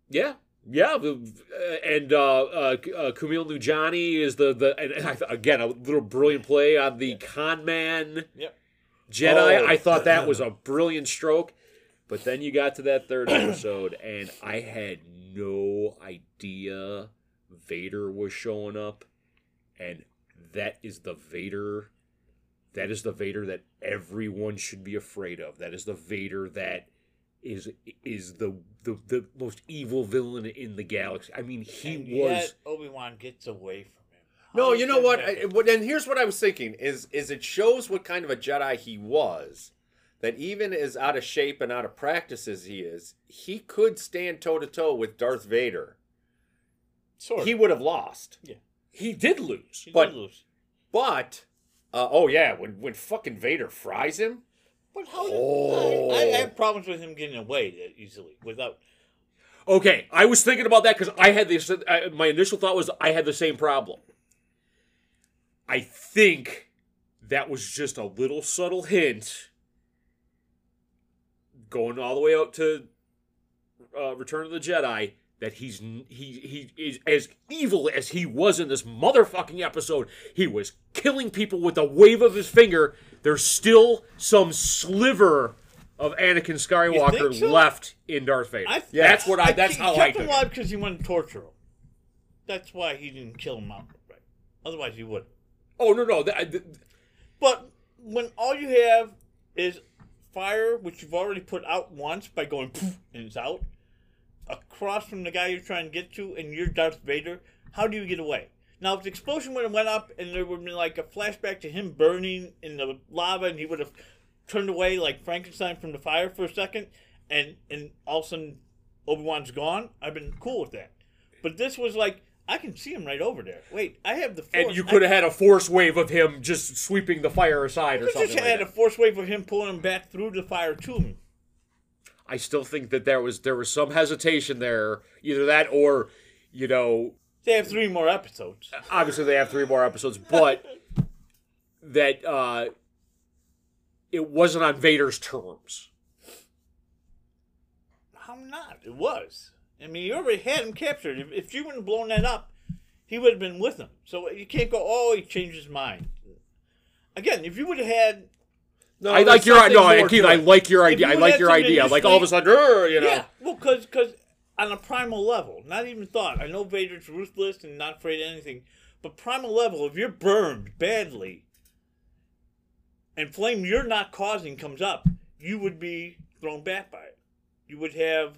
yeah, yeah, the- uh, and uh, uh, uh, Kumail Nujani is the the and, and I, th- again a little brilliant play on the con man
Yep.
Jedi.
Oh.
I thought that was a brilliant stroke, but then you got to that third episode, and I had no idea Vader was showing up, and that is the Vader. That is the Vader that everyone should be afraid of. That is the Vader that is is the the, the most evil villain in the galaxy. I mean, he
and
was.
yet Obi Wan gets away from him.
No,
How
you
does
know
that
what? I,
happen?
what- and here's what I was thinking: is is it shows what kind of a Jedi he was. That even as out of shape and out of practice as he is, he could stand toe to toe with Darth Vader.
Sort of.
He would have lost.
he did lose.
He did
but-
lose.
But uh, oh yeah, when when fucking Vader fries him,
But how?
Oh.
I, I have problems with him getting away that easily without.
Okay, I was thinking about that because I had this. I, my initial thought was I had the same problem. I think that was just a little subtle hint going all the way out to uh, Return of the Jedi that he's n- he he is as evil as he was in this motherfucking episode. He was killing people with a wave of his finger. There's still some sliver of Anakin Skywalker
so?
left in Darth Vader.
I,
That's what I. That's
he
how
kept
I
him
took it.
alive because he wanted to torture him. That's why he didn't kill him outright. Otherwise, he would.
Oh no no. That, th-
But when all you have is fire, which you've already put out once by going poof and it's out, across from the guy you're trying to get to, and you're Darth Vader, how do you get away? Now, if the explosion would have went up and there would have been like a flashback to him burning in the lava and he would have turned away like Frankenstein from the fire for a second, and, and all of a sudden Obi-Wan's gone, I've been cool with that. But this was like, I can see him right over there. Wait, I have the force.
and you
I
could have had a force wave of him just sweeping the fire aside or
I
something.
just
like
had
that.
a force wave of him pulling him back through the fire to me.
I still think that there was there was some hesitation there, either that or, you know,
They have three more episodes.
obviously they have three more episodes, but that uh, it wasn't on Vader's terms.
How not? It was. I mean, you already had him captured. If, if you wouldn't have blown that up, he would have been with him. So you can't go, oh, he changed his mind. Again, if you would have had.
no,
I like
there's
your
something
no,
more
Keith,
to
I
it.
like your
you
idea. I
would
like
have
your
something
idea.
just
Like all of a sudden, "Urgh," you know.
Yeah, well, because cause on a primal level, not even thought. I know Vader's ruthless and not afraid of anything, but primal level, if you're burned badly and flame you're not causing comes up, you would be thrown back by it. You would have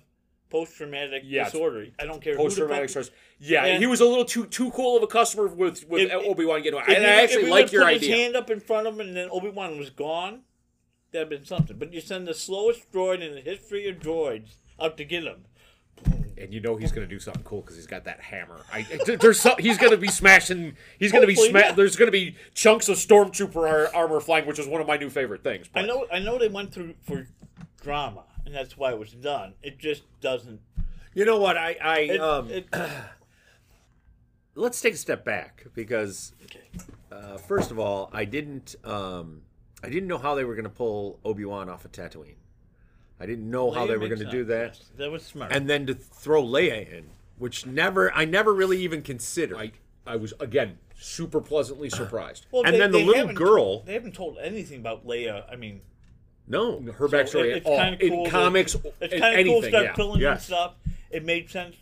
post traumatic
Yeah, it's
disorder. I don't care. who the
Post traumatic
fuck-
stress. Yeah,
Yeah.
he was a little too too cool of a customer with with
If-
Obi Wan getting away.
If
And
he-
I
if
actually
he
like
would've
your
put
idea.
His hand up in front of him, and then Obi Wan was gone. That'd been something. But you send the slowest droid in the history of droids out to get him.
and you know he's going to do something cool because he's got that hammer. I, there- there's some, he's going to be smashing. He's going to be
Hopefully,
sma-
yeah.
There's going to be chunks of stormtrooper ar- armor flying, which is one of my new favorite things.
I
But
know I know they went through for drama and that's why it was done. It just doesn't
You know what? I I
it,
um,
it-
let's take a step back because uh, first of all, I didn't um, I didn't know how they were going to pull Obi Wan off of Tatooine. I didn't know how they were
makes
going to do
sense.
that,
Yes, That was smart.
and then to throw Leia in, which never I never really even considered.
I, I was again super pleasantly surprised.
well,
and then the little
haven't
girl-
told- they haven't told anything about Leia. I mean,
no,
Her backstory
it-
at
oh,
all,
kinda
in
that-
comics,
It's
in
kind of cool
anything.
to
yeah.
start filling in
Yes.
stuff. It made sense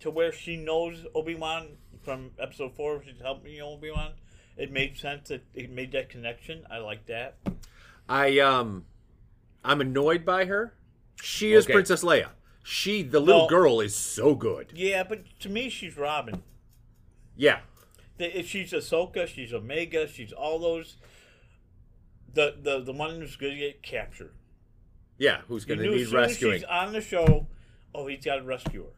to where she knows Obi Wan from Episode Four. She's helping Obi Wan. It made sense that it made that connection. I like that.
I um, I'm annoyed by her. She is
Okay.
Princess Leia. She, the little
No.
girl, is so good.
Yeah, but to me, she's Robin.
Yeah,
The- if she's Ahsoka, she's Omega, she's all those. The the the one who's gonna get captured.
yeah. Who's
You
going to
knew as
need
soon as
rescuing?
She's uh, on the show. Oh, he's got to rescue her.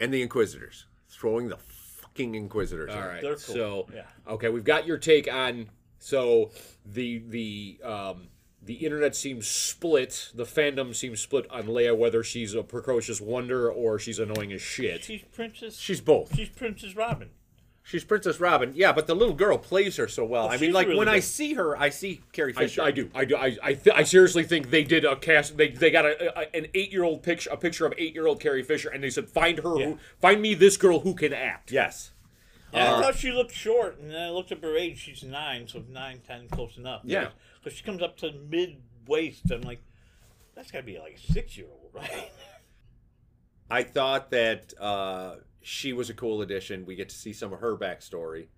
And the Inquisitors throwing the fucking Inquisitors. in.
All right,
They're cool.
so
Yeah.
okay, we've got your take on so the the um the internet seems split, the fandom seems split on Leia whether she's a precocious wonder or she's annoying as shit.
She's Princess.
She's both.
she's Princess Robin.
She's Princess Robin. Yeah, but the little girl plays her so
Oh,
well. I mean,
she's
like
really
when I
good.
see her, I see Carrie
I,
Fisher.
I do. I do. I I, th- I seriously think they did a cast. They they got a, a an eight year old picture, a picture of eight year old Carrie Fisher, and they said, "Find her. Who, find me this girl who can act."
Yes.
Yeah, I
Uh,
thought she looked short, and then I looked up her age. She's nine, so nine, ten, close enough.
Yeah.
Because she comes up to mid waist. I'm like, that's got to be like a six year old, right?
I thought that uh, she was a cool addition. We get to see some of her backstory,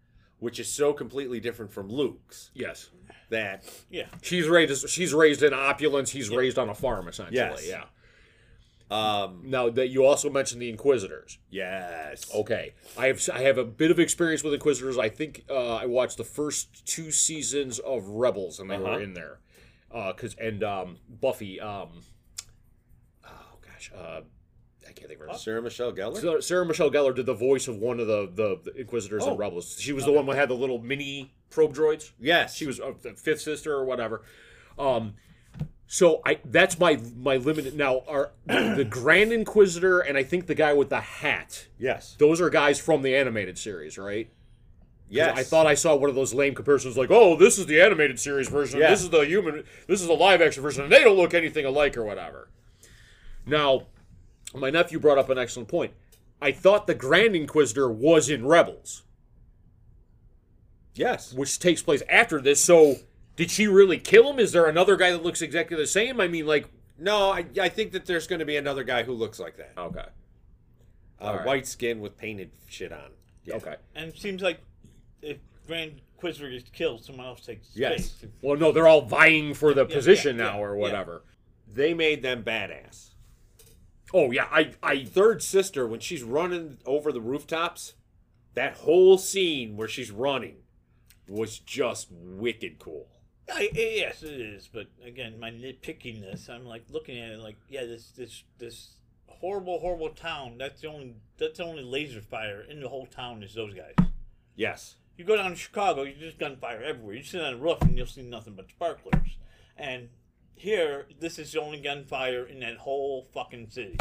which is so completely different from Luke's
Yes.
that
yeah.
She's raised. She's raised in opulence. He's raised on a farm, essentially.
Yes.
Yeah.
um
Now that you also mentioned the Inquisitors.
yes.
Okay, I have I have a bit of experience with Inquisitors. I think uh, I watched the first two seasons of Rebels, and they were in there. Because and um, Buffy. Um, oh gosh, uh, I can't think of her. name.
Sarah Michelle Gellar?
Sarah- Sarah Michelle Gellar did the voice of one of the the, the Inquisitors and Rebels. She was the one that had the little mini probe droids.
yes.
She was uh, the fifth sister or whatever. Um, so I that's my my limited now are the, the Grand Inquisitor and I think the guy with the hat.
Yes.
Those are guys from the animated series, right? 'Cause
Yes.
I thought I saw one of those lame comparisons like, "Oh, this is the animated series version.
Yeah.
This is the human. This is the live action version, and they don't look anything alike or whatever." Now, my nephew brought up an excellent point. I thought the Grand Inquisitor was in Rebels
Yes.
which takes place after this. So, did she really kill him? Is there another guy that looks exactly the same? I mean, like,
No, I, I think that there's going to be another guy who looks like that.
okay,
Uh,
Oh, right.
White skin with painted shit on.
okay.
And it seems like if Grand Quizzer gets killed, someone else takes his
Yes.
place.
Well, no, they're all vying for the position
yeah,
now or whatever.
They made them badass.
Oh yeah, I, I,
Third sister, when she's running over the rooftops, that whole scene where she's running was just wicked cool.
I, yes, it is. But again, my nitpickiness, I'm like looking at it like, yeah, this this this horrible, horrible town. That's the only that's the only laser fire in the whole town is those guys.
Yes.
You go down to Chicago, you just gunfire everywhere. You sit on a roof and you'll see nothing but sparklers. And here, this is the only gunfire in that whole fucking city.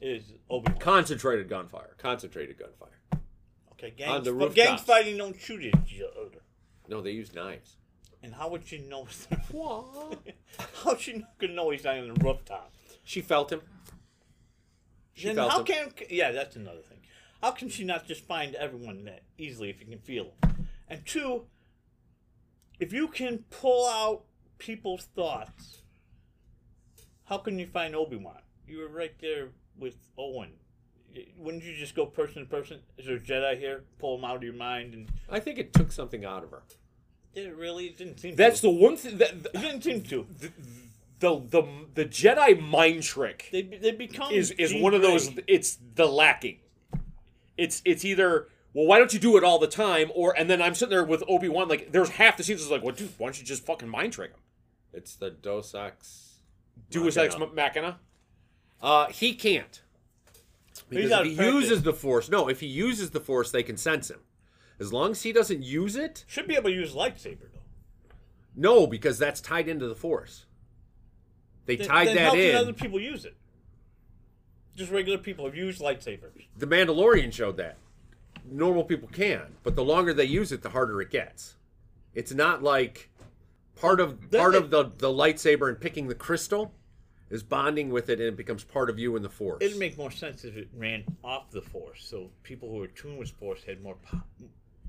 It is Obi Wan.
concentrated gunfire.
Concentrated gunfire.
Okay,
on
gangs,
the
but gangs
rooftops.
fighting don't shoot at each other.
No, they use knives.
And how would she know? it's not- how she could know he's not on the rooftop?
She felt him. She
Then
felt
how
him.
can yeah, that's another thing. How can she not just find everyone that easily if you can feel them? And two, if you can pull out people's thoughts, how can you find Obi Wan? You were right there with Owen. Wouldn't you just go person to person? Is there a Jedi here? Pull them out of your mind, and
I think it took something out of her.
it really didn't seem.
That's
to.
the one thing that
it
the,
didn't seem to.
the the the Jedi mind trick
They they become
is is
Jean
one of
Grey.
those. It's the lacking. It's it's either well, why don't you do it all the time, or and then I'm sitting there with Obi Wan. Like, there's half the scenes. It's like, well, dude, why don't you just fucking mind trick him?
It's the Dos Ex.
Do his ex
Machina.
machina.
Uh, he can't. Because
out
if he
of practice.
uses the force, no, if he uses the force, they can sense him. As long as he doesn't use it,
Should be able to use lightsaber though.
no, because that's tied into the force. They
Then-
tied
then
that
how Can other
in.
people use it. Just regular people have used lightsabers.
The Mandalorian showed that. Normal people can, but the longer they use it, the harder it gets. It's not like part of
That-
part of the, the lightsaber and picking the crystal is bonding with it and it becomes part of you in the force.
It'd make more sense if it ran off the force, so people who were tuned with force had more, po-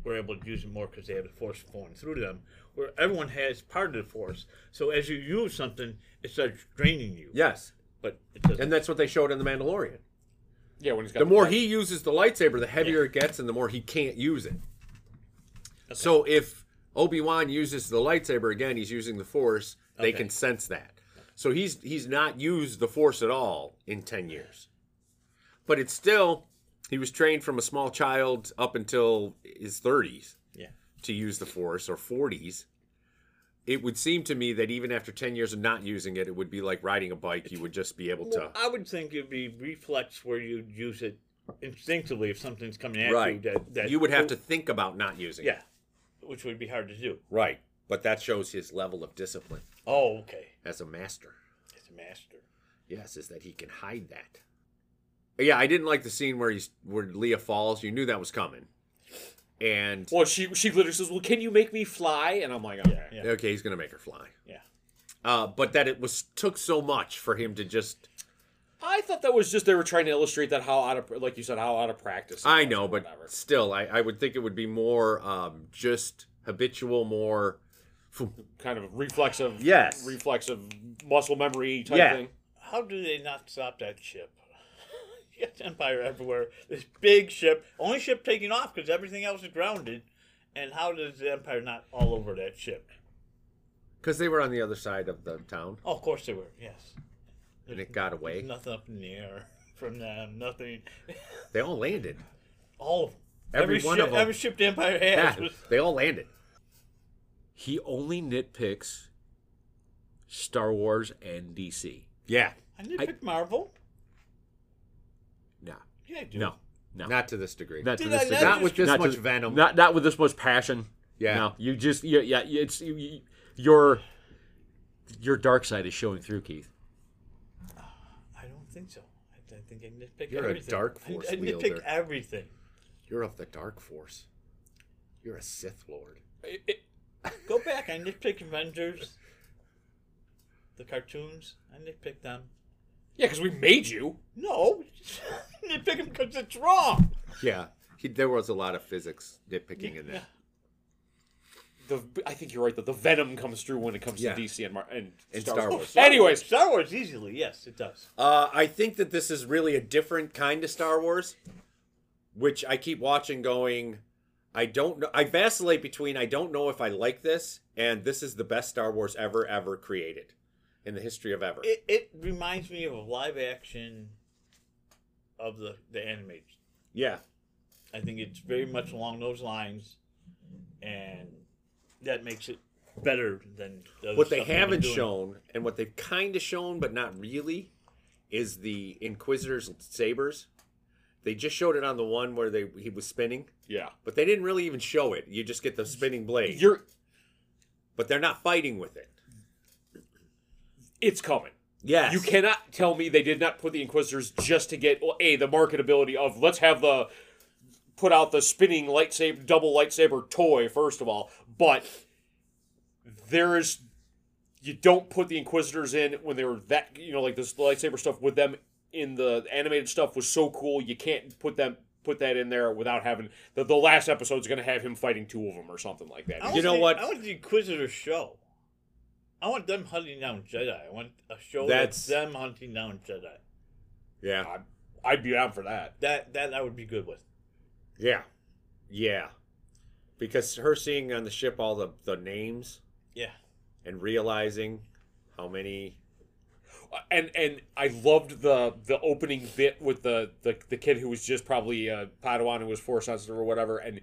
were able to use it more because they had the force flowing through them. Where everyone has part of the force, so as you use something, it starts draining you.
yes.
but it doesn't.
And that's what they showed in the Mandalorian.
Yeah, when he's got
the more he uses the lightsaber, the heavier it gets, and the more he can't use it. So if Obi Wan uses the lightsaber again, he's using the Force. They can sense that. So he's he's not used the Force at all in ten years. But it's still he was trained from a small child up until his thirties
Yeah.
to use the Force or forties. It would seem to me that even after ten years of not using it, it would be like riding a bike. You would just be able to.
Well, I would think it'd be reflex where you'd use it instinctively if something's coming at
Right.
you. That, that
You would have to think about not using it.
yeah, which would be hard to do.
Right. But that shows his level of discipline
Oh, okay.
as a master.
It's a master.
Yes, is that he can hide that. Yeah, I didn't like the scene where he's where Leah falls. You knew that was coming. And
Well, she she literally says, "Well, can you make me fly?" And I'm like, "Okay."
Yeah.
okay, he's gonna make her fly.
Yeah.
Uh, but that it was took so much for him to just.
I thought that was just they were trying to illustrate that how out of like you said how out of practice. it
I
was
know,
or
but
whatever.
still, I, I would think it would be more um, just habitual, more.
kind of reflexive,
Yes.
reflexive muscle memory type
Yeah.
thing.
How do they not stop that ship? you got the Empire everywhere. This big ship, only ship taking off because everything else is grounded. And how does the Empire not all over that ship?
Because they were on the other side of the town
Oh, of course they were. Yes,
and it got away.
nothing up in the air from them. Nothing.
They all landed.
All of them.
Every one
ship,
of 'em.
Every ship the Empire has.
Yeah,
was-
they all landed.
He only nitpicks Star Wars and DC.
Yeah.
I didn't pick Marvel.
No,
Yeah, I do.
no, no.
Not to this degree.
Not to
Did
this
I
degree.
not
Not with this
Not to-
much venom.
Not not with this much passion.
Yeah.
No, you just yeah yeah it's you, you, your your dark side is showing through, Keith.
I don't think so. I, I think I nitpick
You're a
everything.
dark
I-
force
I, nitpick
wielder.
everything.
You're of the dark force. You're a Sith Lord.
Go back. I nitpick Avengers, the cartoons. I nitpick them.
Yeah, because we made you.
No, nitpick them because it's wrong.
Yeah. He, there was a lot of physics nitpicking in that.
The I think you're right that the venom comes through when it comes
Yeah.
to DC and Mar- and,
And Star Wars.
Anyways,
Star Wars easily. Yes, it does.
Uh, I think that this is really a different kind of Star Wars, which I keep watching going, I don't know. I vacillate between I don't know if I like this and this is the best Star Wars ever, ever created in the history of ever.
It, it reminds me of a live action of the the animated.
yeah.
I think it's very much along those lines, and that makes it better than the other
What they
stuff they've been
haven't
doing.
shown and what they've kind of shown, but not really, is the Inquisitor's sabers. They just showed it on the one where they he was spinning,
yeah,
but they didn't really even show it. You just get the spinning blade,
you're
but they're not fighting with it.
it's coming.
Yes.
You cannot tell me they did not put the Inquisitors just to get well, a the marketability of let's have the put out the spinning lightsaber double lightsaber toy first of all, but there is you don't put the Inquisitors in when they were that you know like this lightsaber stuff with them in the animated stuff was so cool you can't put them put that in there without having the, the last episode's going to have him fighting two of them or something like that.
I want
You know
the-
what?
I want the Inquisitor show. I want them hunting down Jedi. I want a show
That's-
that's them hunting down Jedi.
Yeah.
I- I'd be down for that.
That that I would be good with.
Yeah. Yeah. Because her seeing on the ship all the, the names
Yeah.
and realizing how many
and and I loved the the opening bit with the the, the kid who was just probably a Padawan who was force sensitive or whatever, and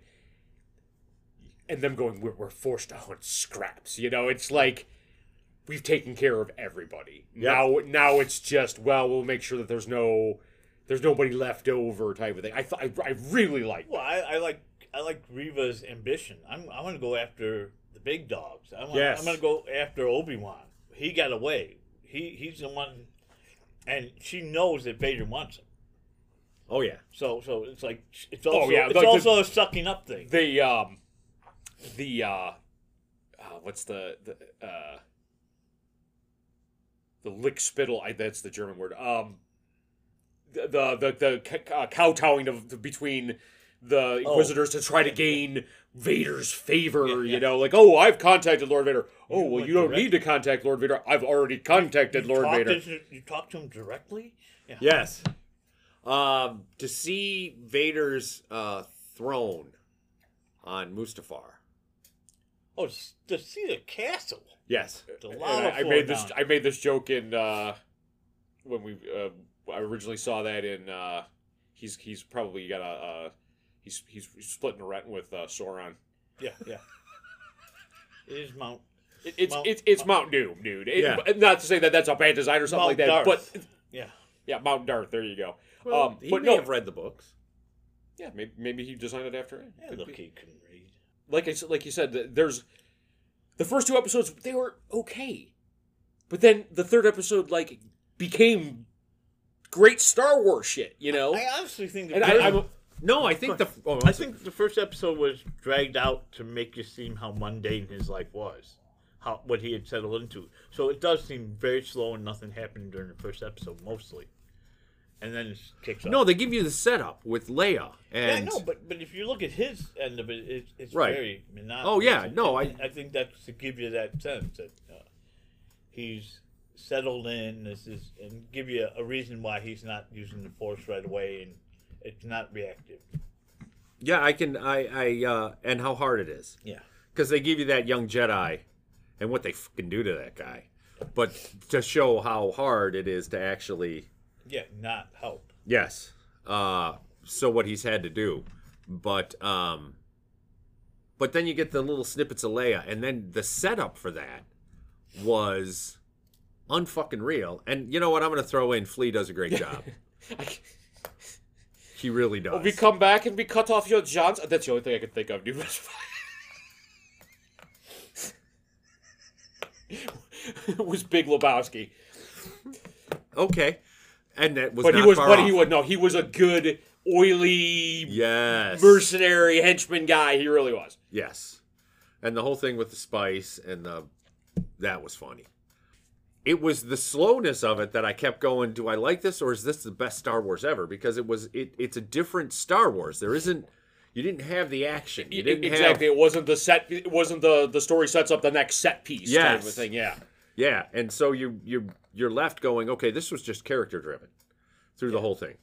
and them going, we're, we're forced to hunt scraps. You know, it's like we've taken care of everybody. Now now it's just well, we'll make sure that there's no there's nobody left over type of thing. I thought I, I really like.
Well, I, I like I like Riva's ambition. I'm I want to go after the big dogs. I want
Yes.
I'm going to go after Obi Wan. He got away. He he's the one, and she knows that Vader wants him.
Oh yeah.
So so it's like it's also
yeah,
it's
like the-
also a sucking up thing.
the um the uh, uh what's the the uh the lick spittle I, that's the german word um the the the, the c- uh, kowtowing of the, between the inquisitors to try to gain vader's favor you know like oh i've contacted lord vader oh well
went
you don't
direct.
need to contact lord vader i've already contacted lord
Talk
vader
to- you talk to him directly. Yeah.
Yes. Um, to see Vader's uh, throne on Mustafar.
Oh, s- to see the castle.
Yes.
It's a
And
lot of
I, I
floor
made this
down.
i made this joke in uh when we uh, i originally saw that in uh he's he's probably got a uh he's he's splitting a rent with uh sauron
Yeah, yeah. It is Mount.
It- it's
Mount-
it's it's mount doom dude It-
Yeah.
not to say that that's a bad design or something like that
Mount Darth.
but
Yeah.
yeah mount darth there you go
Well,
um
he
but
may
no
have read the books.
yeah maybe, maybe he designed it after it.
yeah
Could
look,
be.
he can read.
like i s- like you said th- there's the first two episodes they were okay, but then the third episode like became great Star Wars shit. You know,
I honestly think the
and
first-
I, I'm- no, I think the oh,
I think the first episode was dragged out to make you seem how mundane his life was, how what he had settled into. So it does seem very slow and nothing happened during the first episode mostly, and then it kicks
no,
up.
they give you the setup with Leia
yeah, I
and
know, but but if you look at his end of it, it it's
Right.
very monotonous.
Oh, yeah, no, I-
I think that's to give you that sense that uh, he's settled in. This is and give you a reason why he's not using the force right away and it's not reactive.
Yeah, I can. I I uh, and how hard it is
Yeah.
because they give you that young Jedi, and what they fucking do to that guy, but to show how hard it is to actually
Yeah, not help.
yes, uh, so what he's had to do, but um, but then you get the little snippets of Leia, and then the setup for that was unfucking real. And you know what? I'm gonna throw in Flea does a great job. he really does.
we come back and we cut off your johns. That's the only thing I can think of. Dude. was Big Lebowski.
okay, and that was
But he
not
was,
far
but
off.
he was no, he was a good oily
Yes.
mercenary henchman guy. He really was.
Yes. And the whole thing with the spice and the that was funny. It was the slowness of it that I kept going, do I like this or is this the best Star Wars ever? Because it was it it's a different Star Wars. There isn't you didn't have the action. You didn't
E, exactly.
have
It wasn't the set. It wasn't the the story sets up the next set piece. type of
Yes.
a thing. Yeah.
Yeah, and so you you you're left going, okay, this was just character driven through the whole thing.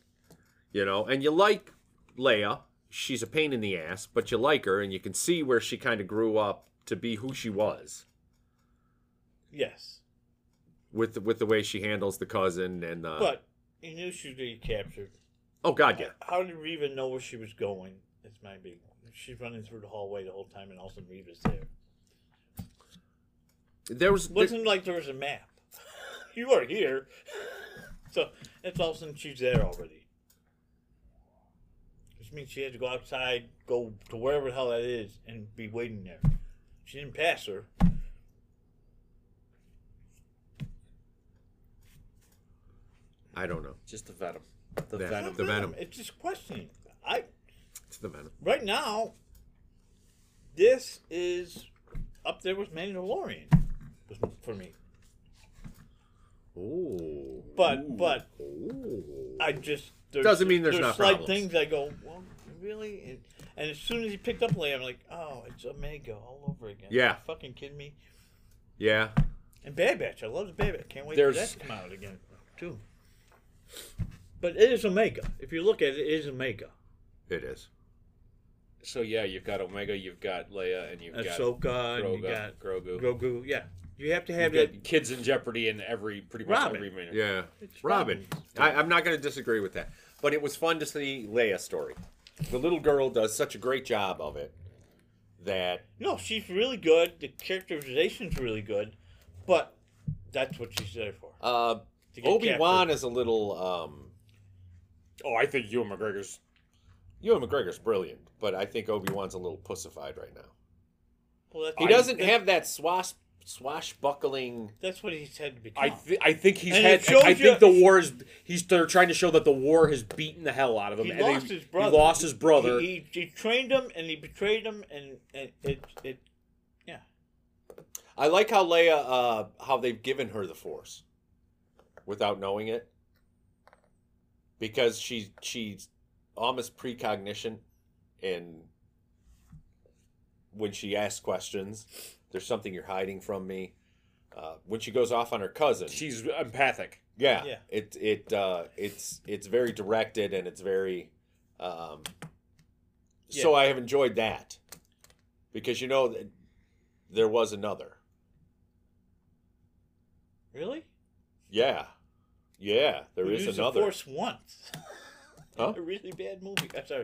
You know, and you like Leia. She's a pain in the ass, but you like her and you can see where she kind of grew up to be who she was.
Yes,
with the, with the way she handles the cousin and the
but he knew she was going to get captured.
oh god yeah
How did Reva know where she was going? It's my big. She's running through the hallway the whole time, and also Reva's there.
there was
It wasn't like there was a map. you are here, so it's all of a sudden she's there already. Which means she had to go outside, go to wherever the hell that is, and be waiting there. She didn't pass her.
I don't know
Just the venom. The
Yeah.
venom.
The venom.
It's just questioning. I
it's the venom
right now, this is up there with Mandalorian was- for me.
ooh
But but I just there's,
Doesn't mean there's not
slight
problems.
things I go well really and, and as soon as he picked up Leia, I'm like oh it's Omega all over again.
Yeah.
Are you fucking kidding me.
yeah
And Bad Batch, I love the Bad Batch. Can't wait for
There's-
that to come out again too. But it is Omega. If you look at it, it is Omega.
it is
So yeah, you've got Omega, you've got Leia, and you've got
Ahsoka, and you
Grogu.
got
Grogu.
Grogu. Yeah, you have to have
You've
that
got kids in jeopardy in every pretty much
Robin.
every minute.
yeah
It's
Robin I, I'm not gonna disagree with that but it was fun to see Leia's story the little girl does such a great job of it that
No, she's really good. The characterization's really good, but that's what she's there for.
uh,
to get
Obi Wan
captured.
is a little um
Oh, I think Ewan McGregor's
Ewan McGregor's brilliant but I think Obi Wan's a little pussified right now
Well, that's
he
what-
doesn't
that-
have that swash swashbuckling
That's what he's had to become.
I th- I think he's
And
had.
it shows
I think
you-
the war is. He's they're trying to show that the war has beaten the hell out of him.
he
and they-
lost his brother.
He lost his brother.
He, he, he trained him and he betrayed him, and, and it it yeah.
I like how Leia, uh, how they've given her the Force without knowing it, because she's she's almost precognition, and when she asks questions, there's something you're hiding from me. Uh, when she goes off on her cousin,
She's empathic.
yeah,
Yeah.
it it uh, it's it's very directed and it's very, um, so I have enjoyed that because you know that there was another.
Really?
Yeah. Yeah, there
We
is
used the
another.
Force once.
Huh?
a really bad movie. I'm sorry.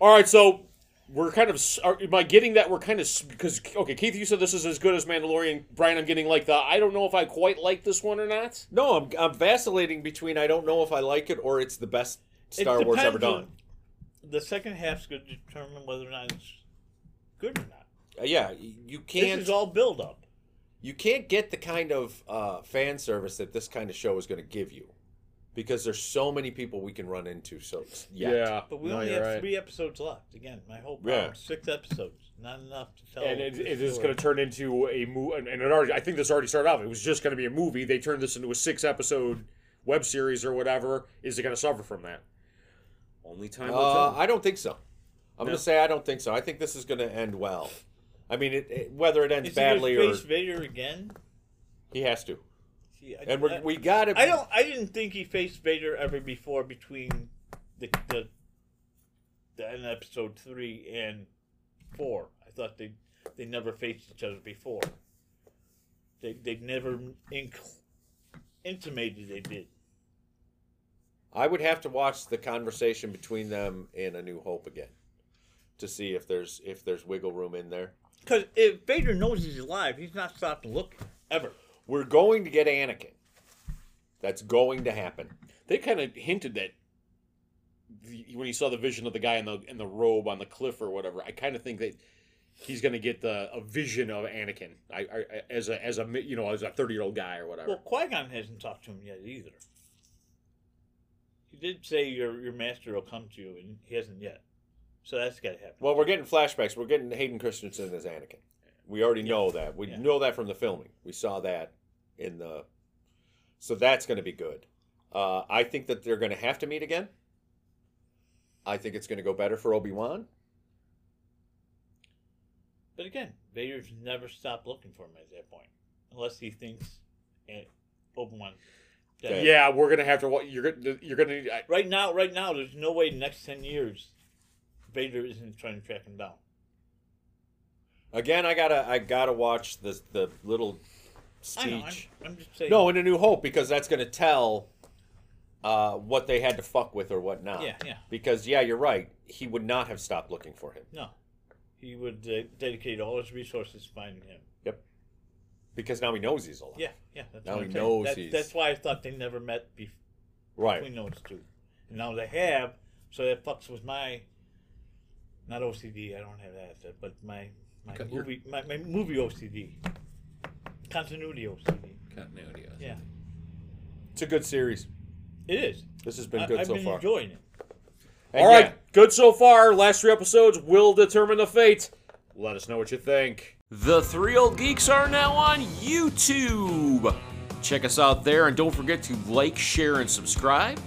All right, so we're kind of. s- Are, am I getting that? We're kind of because okay, Keith, you said this is as good as Mandalorian. Brian, I'm getting like the. I don't know if I quite like this one or not.
No, I'm, I'm vacillating between I don't know if I like it or it's the best
It
Star Wars ever
depends
done.
on- The second half's going to determine whether or not it's good or not.
Uh, yeah, you
This
can't
is all build up.
you can't get the kind of uh, fan service that this kind of show is going to give you because there's so many people we can run into. So yet.
Yeah.
But we
No,
only
you're
have
right.
three episodes left. Again, my whole
Yeah.
problem. Six episodes. Not enough to tell.
and it,
the
it is
story.
going to turn into a movie. And it already, I think this already started off. It was just going to be a movie. They turned this into a six episode web series or whatever. Is it going to suffer from that?
Only time will
Uh,
tell.
I don't think so. I'm going to say I don't think so. I think this is going to end well. I mean, it, it, whether it ends
Is he gonna
badly or
face Vader again?
he has to,
See, I,
and
I-
we're, we got to.
I don't. I didn't think he faced Vader ever before between the the, the end of episode three and four. I thought they they never faced each other before. They they never inc- intimated they did.
I would have to watch the conversation between them in A New Hope again to see if there's if there's wiggle room in there.
Because if Vader knows he's alive, he's not stopping looking ever.
We're going to get Anakin. That's going to happen.
They kind of hinted that the, when you saw the vision of the guy in the in the robe on the cliff or whatever. I kind of think that he's going to get the, a vision of Anakin I, I, as a as a mi- you know as a thirty year old guy or whatever.
Well, Qui Gon hasn't talked to him yet either. He did say your your master will come to you, and he hasn't yet. So that's got to happen.
Well, we're getting flashbacks. We're getting Hayden Christensen as Anakin. We already know that. We
Yeah.
know that from the filming. We saw that in the. So that's going to be good. Uh, I think that they're going to have to meet again. I think it's going to go better for Obi Wan.
But again, Vader's never stopped looking for him at that point, unless he thinks eh, and open one.
Okay.
yeah, we're going to have to. wa- You're going you're going to.
Right now, right now, there's no way in the next ten years, Vader isn't trying to track him down.
Again, I gotta I gotta watch the the little
I know. I'm,
speech.
I'm just saying.
No, in A New Hope because that's going to tell uh, what they had to fuck with or what not.
Yeah, yeah.
Because yeah, you're right. He would not have stopped looking for him.
no. He would uh, dedicate all his resources to finding him.
Yep. Because now he knows he's alive.
Yeah, yeah. That's
Now
what
he
I'm saying.
knows
That-
he's-
That's why I thought they never met bef-
Right.
between those two, and now they have. So that fucks with my. Not OCD. I don't have that, but my my movie my, my movie OCD. Continuity OCD.
Continuity.
Yeah,
It's a good series.
it is.
This has
I,
been good
I've
so
been
far.
enjoying it.
And
All right,
yeah,
good so far. Last three episodes will determine the fate. Let us know what you think.
The Three Old Geeks are now on YouTube. Check us out there and don't forget to like, share, and subscribe.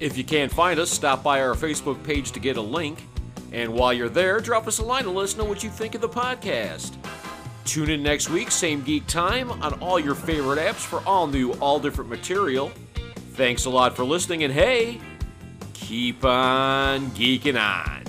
If you can't find us, stop by our Facebook page to get a link. And while you're there, drop us a line and let us know what you think of the podcast. Tune in next week, same geek time, on all your favorite apps for all new, all different material. Thanks a lot for listening, and hey, keep on geeking on.